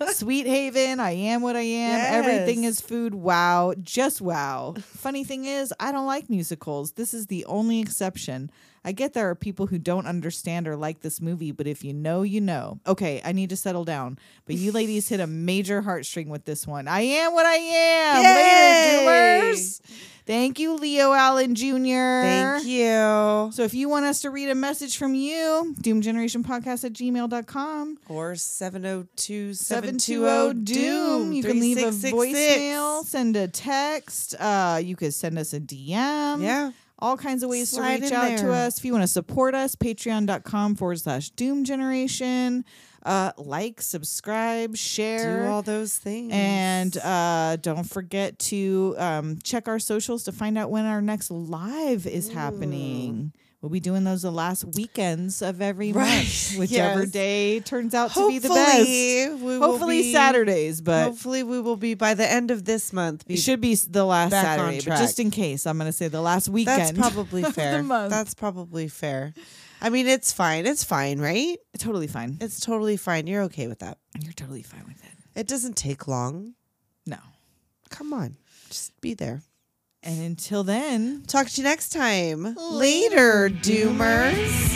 S4: Sweet Haven, I Am What I Am, Everything
S5: Yes.
S4: is Food, wow, just wow. Funny thing is, I don't like musicals. This is the only exception. I get there are people who don't understand or like this movie, but if you know, you know. Okay, I need to settle down. But you ladies hit a major heartstring with this one. I am what I am. Later,
S5: Yay!
S4: doomers. Thank you, Leo Allen Jr.
S5: Thank you.
S4: So if you want us to read a message from you, doomgenerationpodcast at gmail.com.
S5: Or 702 oh,
S4: 720 oh, Doom. You can leave a voicemail, send a text. Uh, you could send us a DM.
S5: Yeah.
S4: All kinds of ways
S5: Slide
S4: to reach
S5: in
S4: out to
S5: there.
S4: us. If you want to support us, patreon.com forward slash doom generation. Uh, like, subscribe, share.
S5: Do all those things.
S4: And uh, don't forget to um, check our socials to find out when our next live is happening. We'll be doing those the last weekends of every
S5: Right,
S4: month, whichever
S5: yes.
S4: day turns out
S5: Hopefully,
S4: to be the best.
S5: we will
S4: Hopefully
S5: be-
S4: Saturdays, but
S5: Hopefully, we will be by the end of this month. Be
S4: it should be s- the last
S5: back on
S4: Saturday. But
S5: track.
S4: just in case, I'm going to say the last weekend.
S5: That's probably
S4: of the
S5: fair.
S4: month.
S5: That's probably fair. I mean, it's fine. It's fine, right?
S4: totally fine.
S5: It's totally fine. You're okay with that.
S4: You're totally fine with it.
S5: It doesn't take long.
S4: No.
S5: Come on, just be there.
S4: And until then.
S5: Talk to you next time. Later, doomers.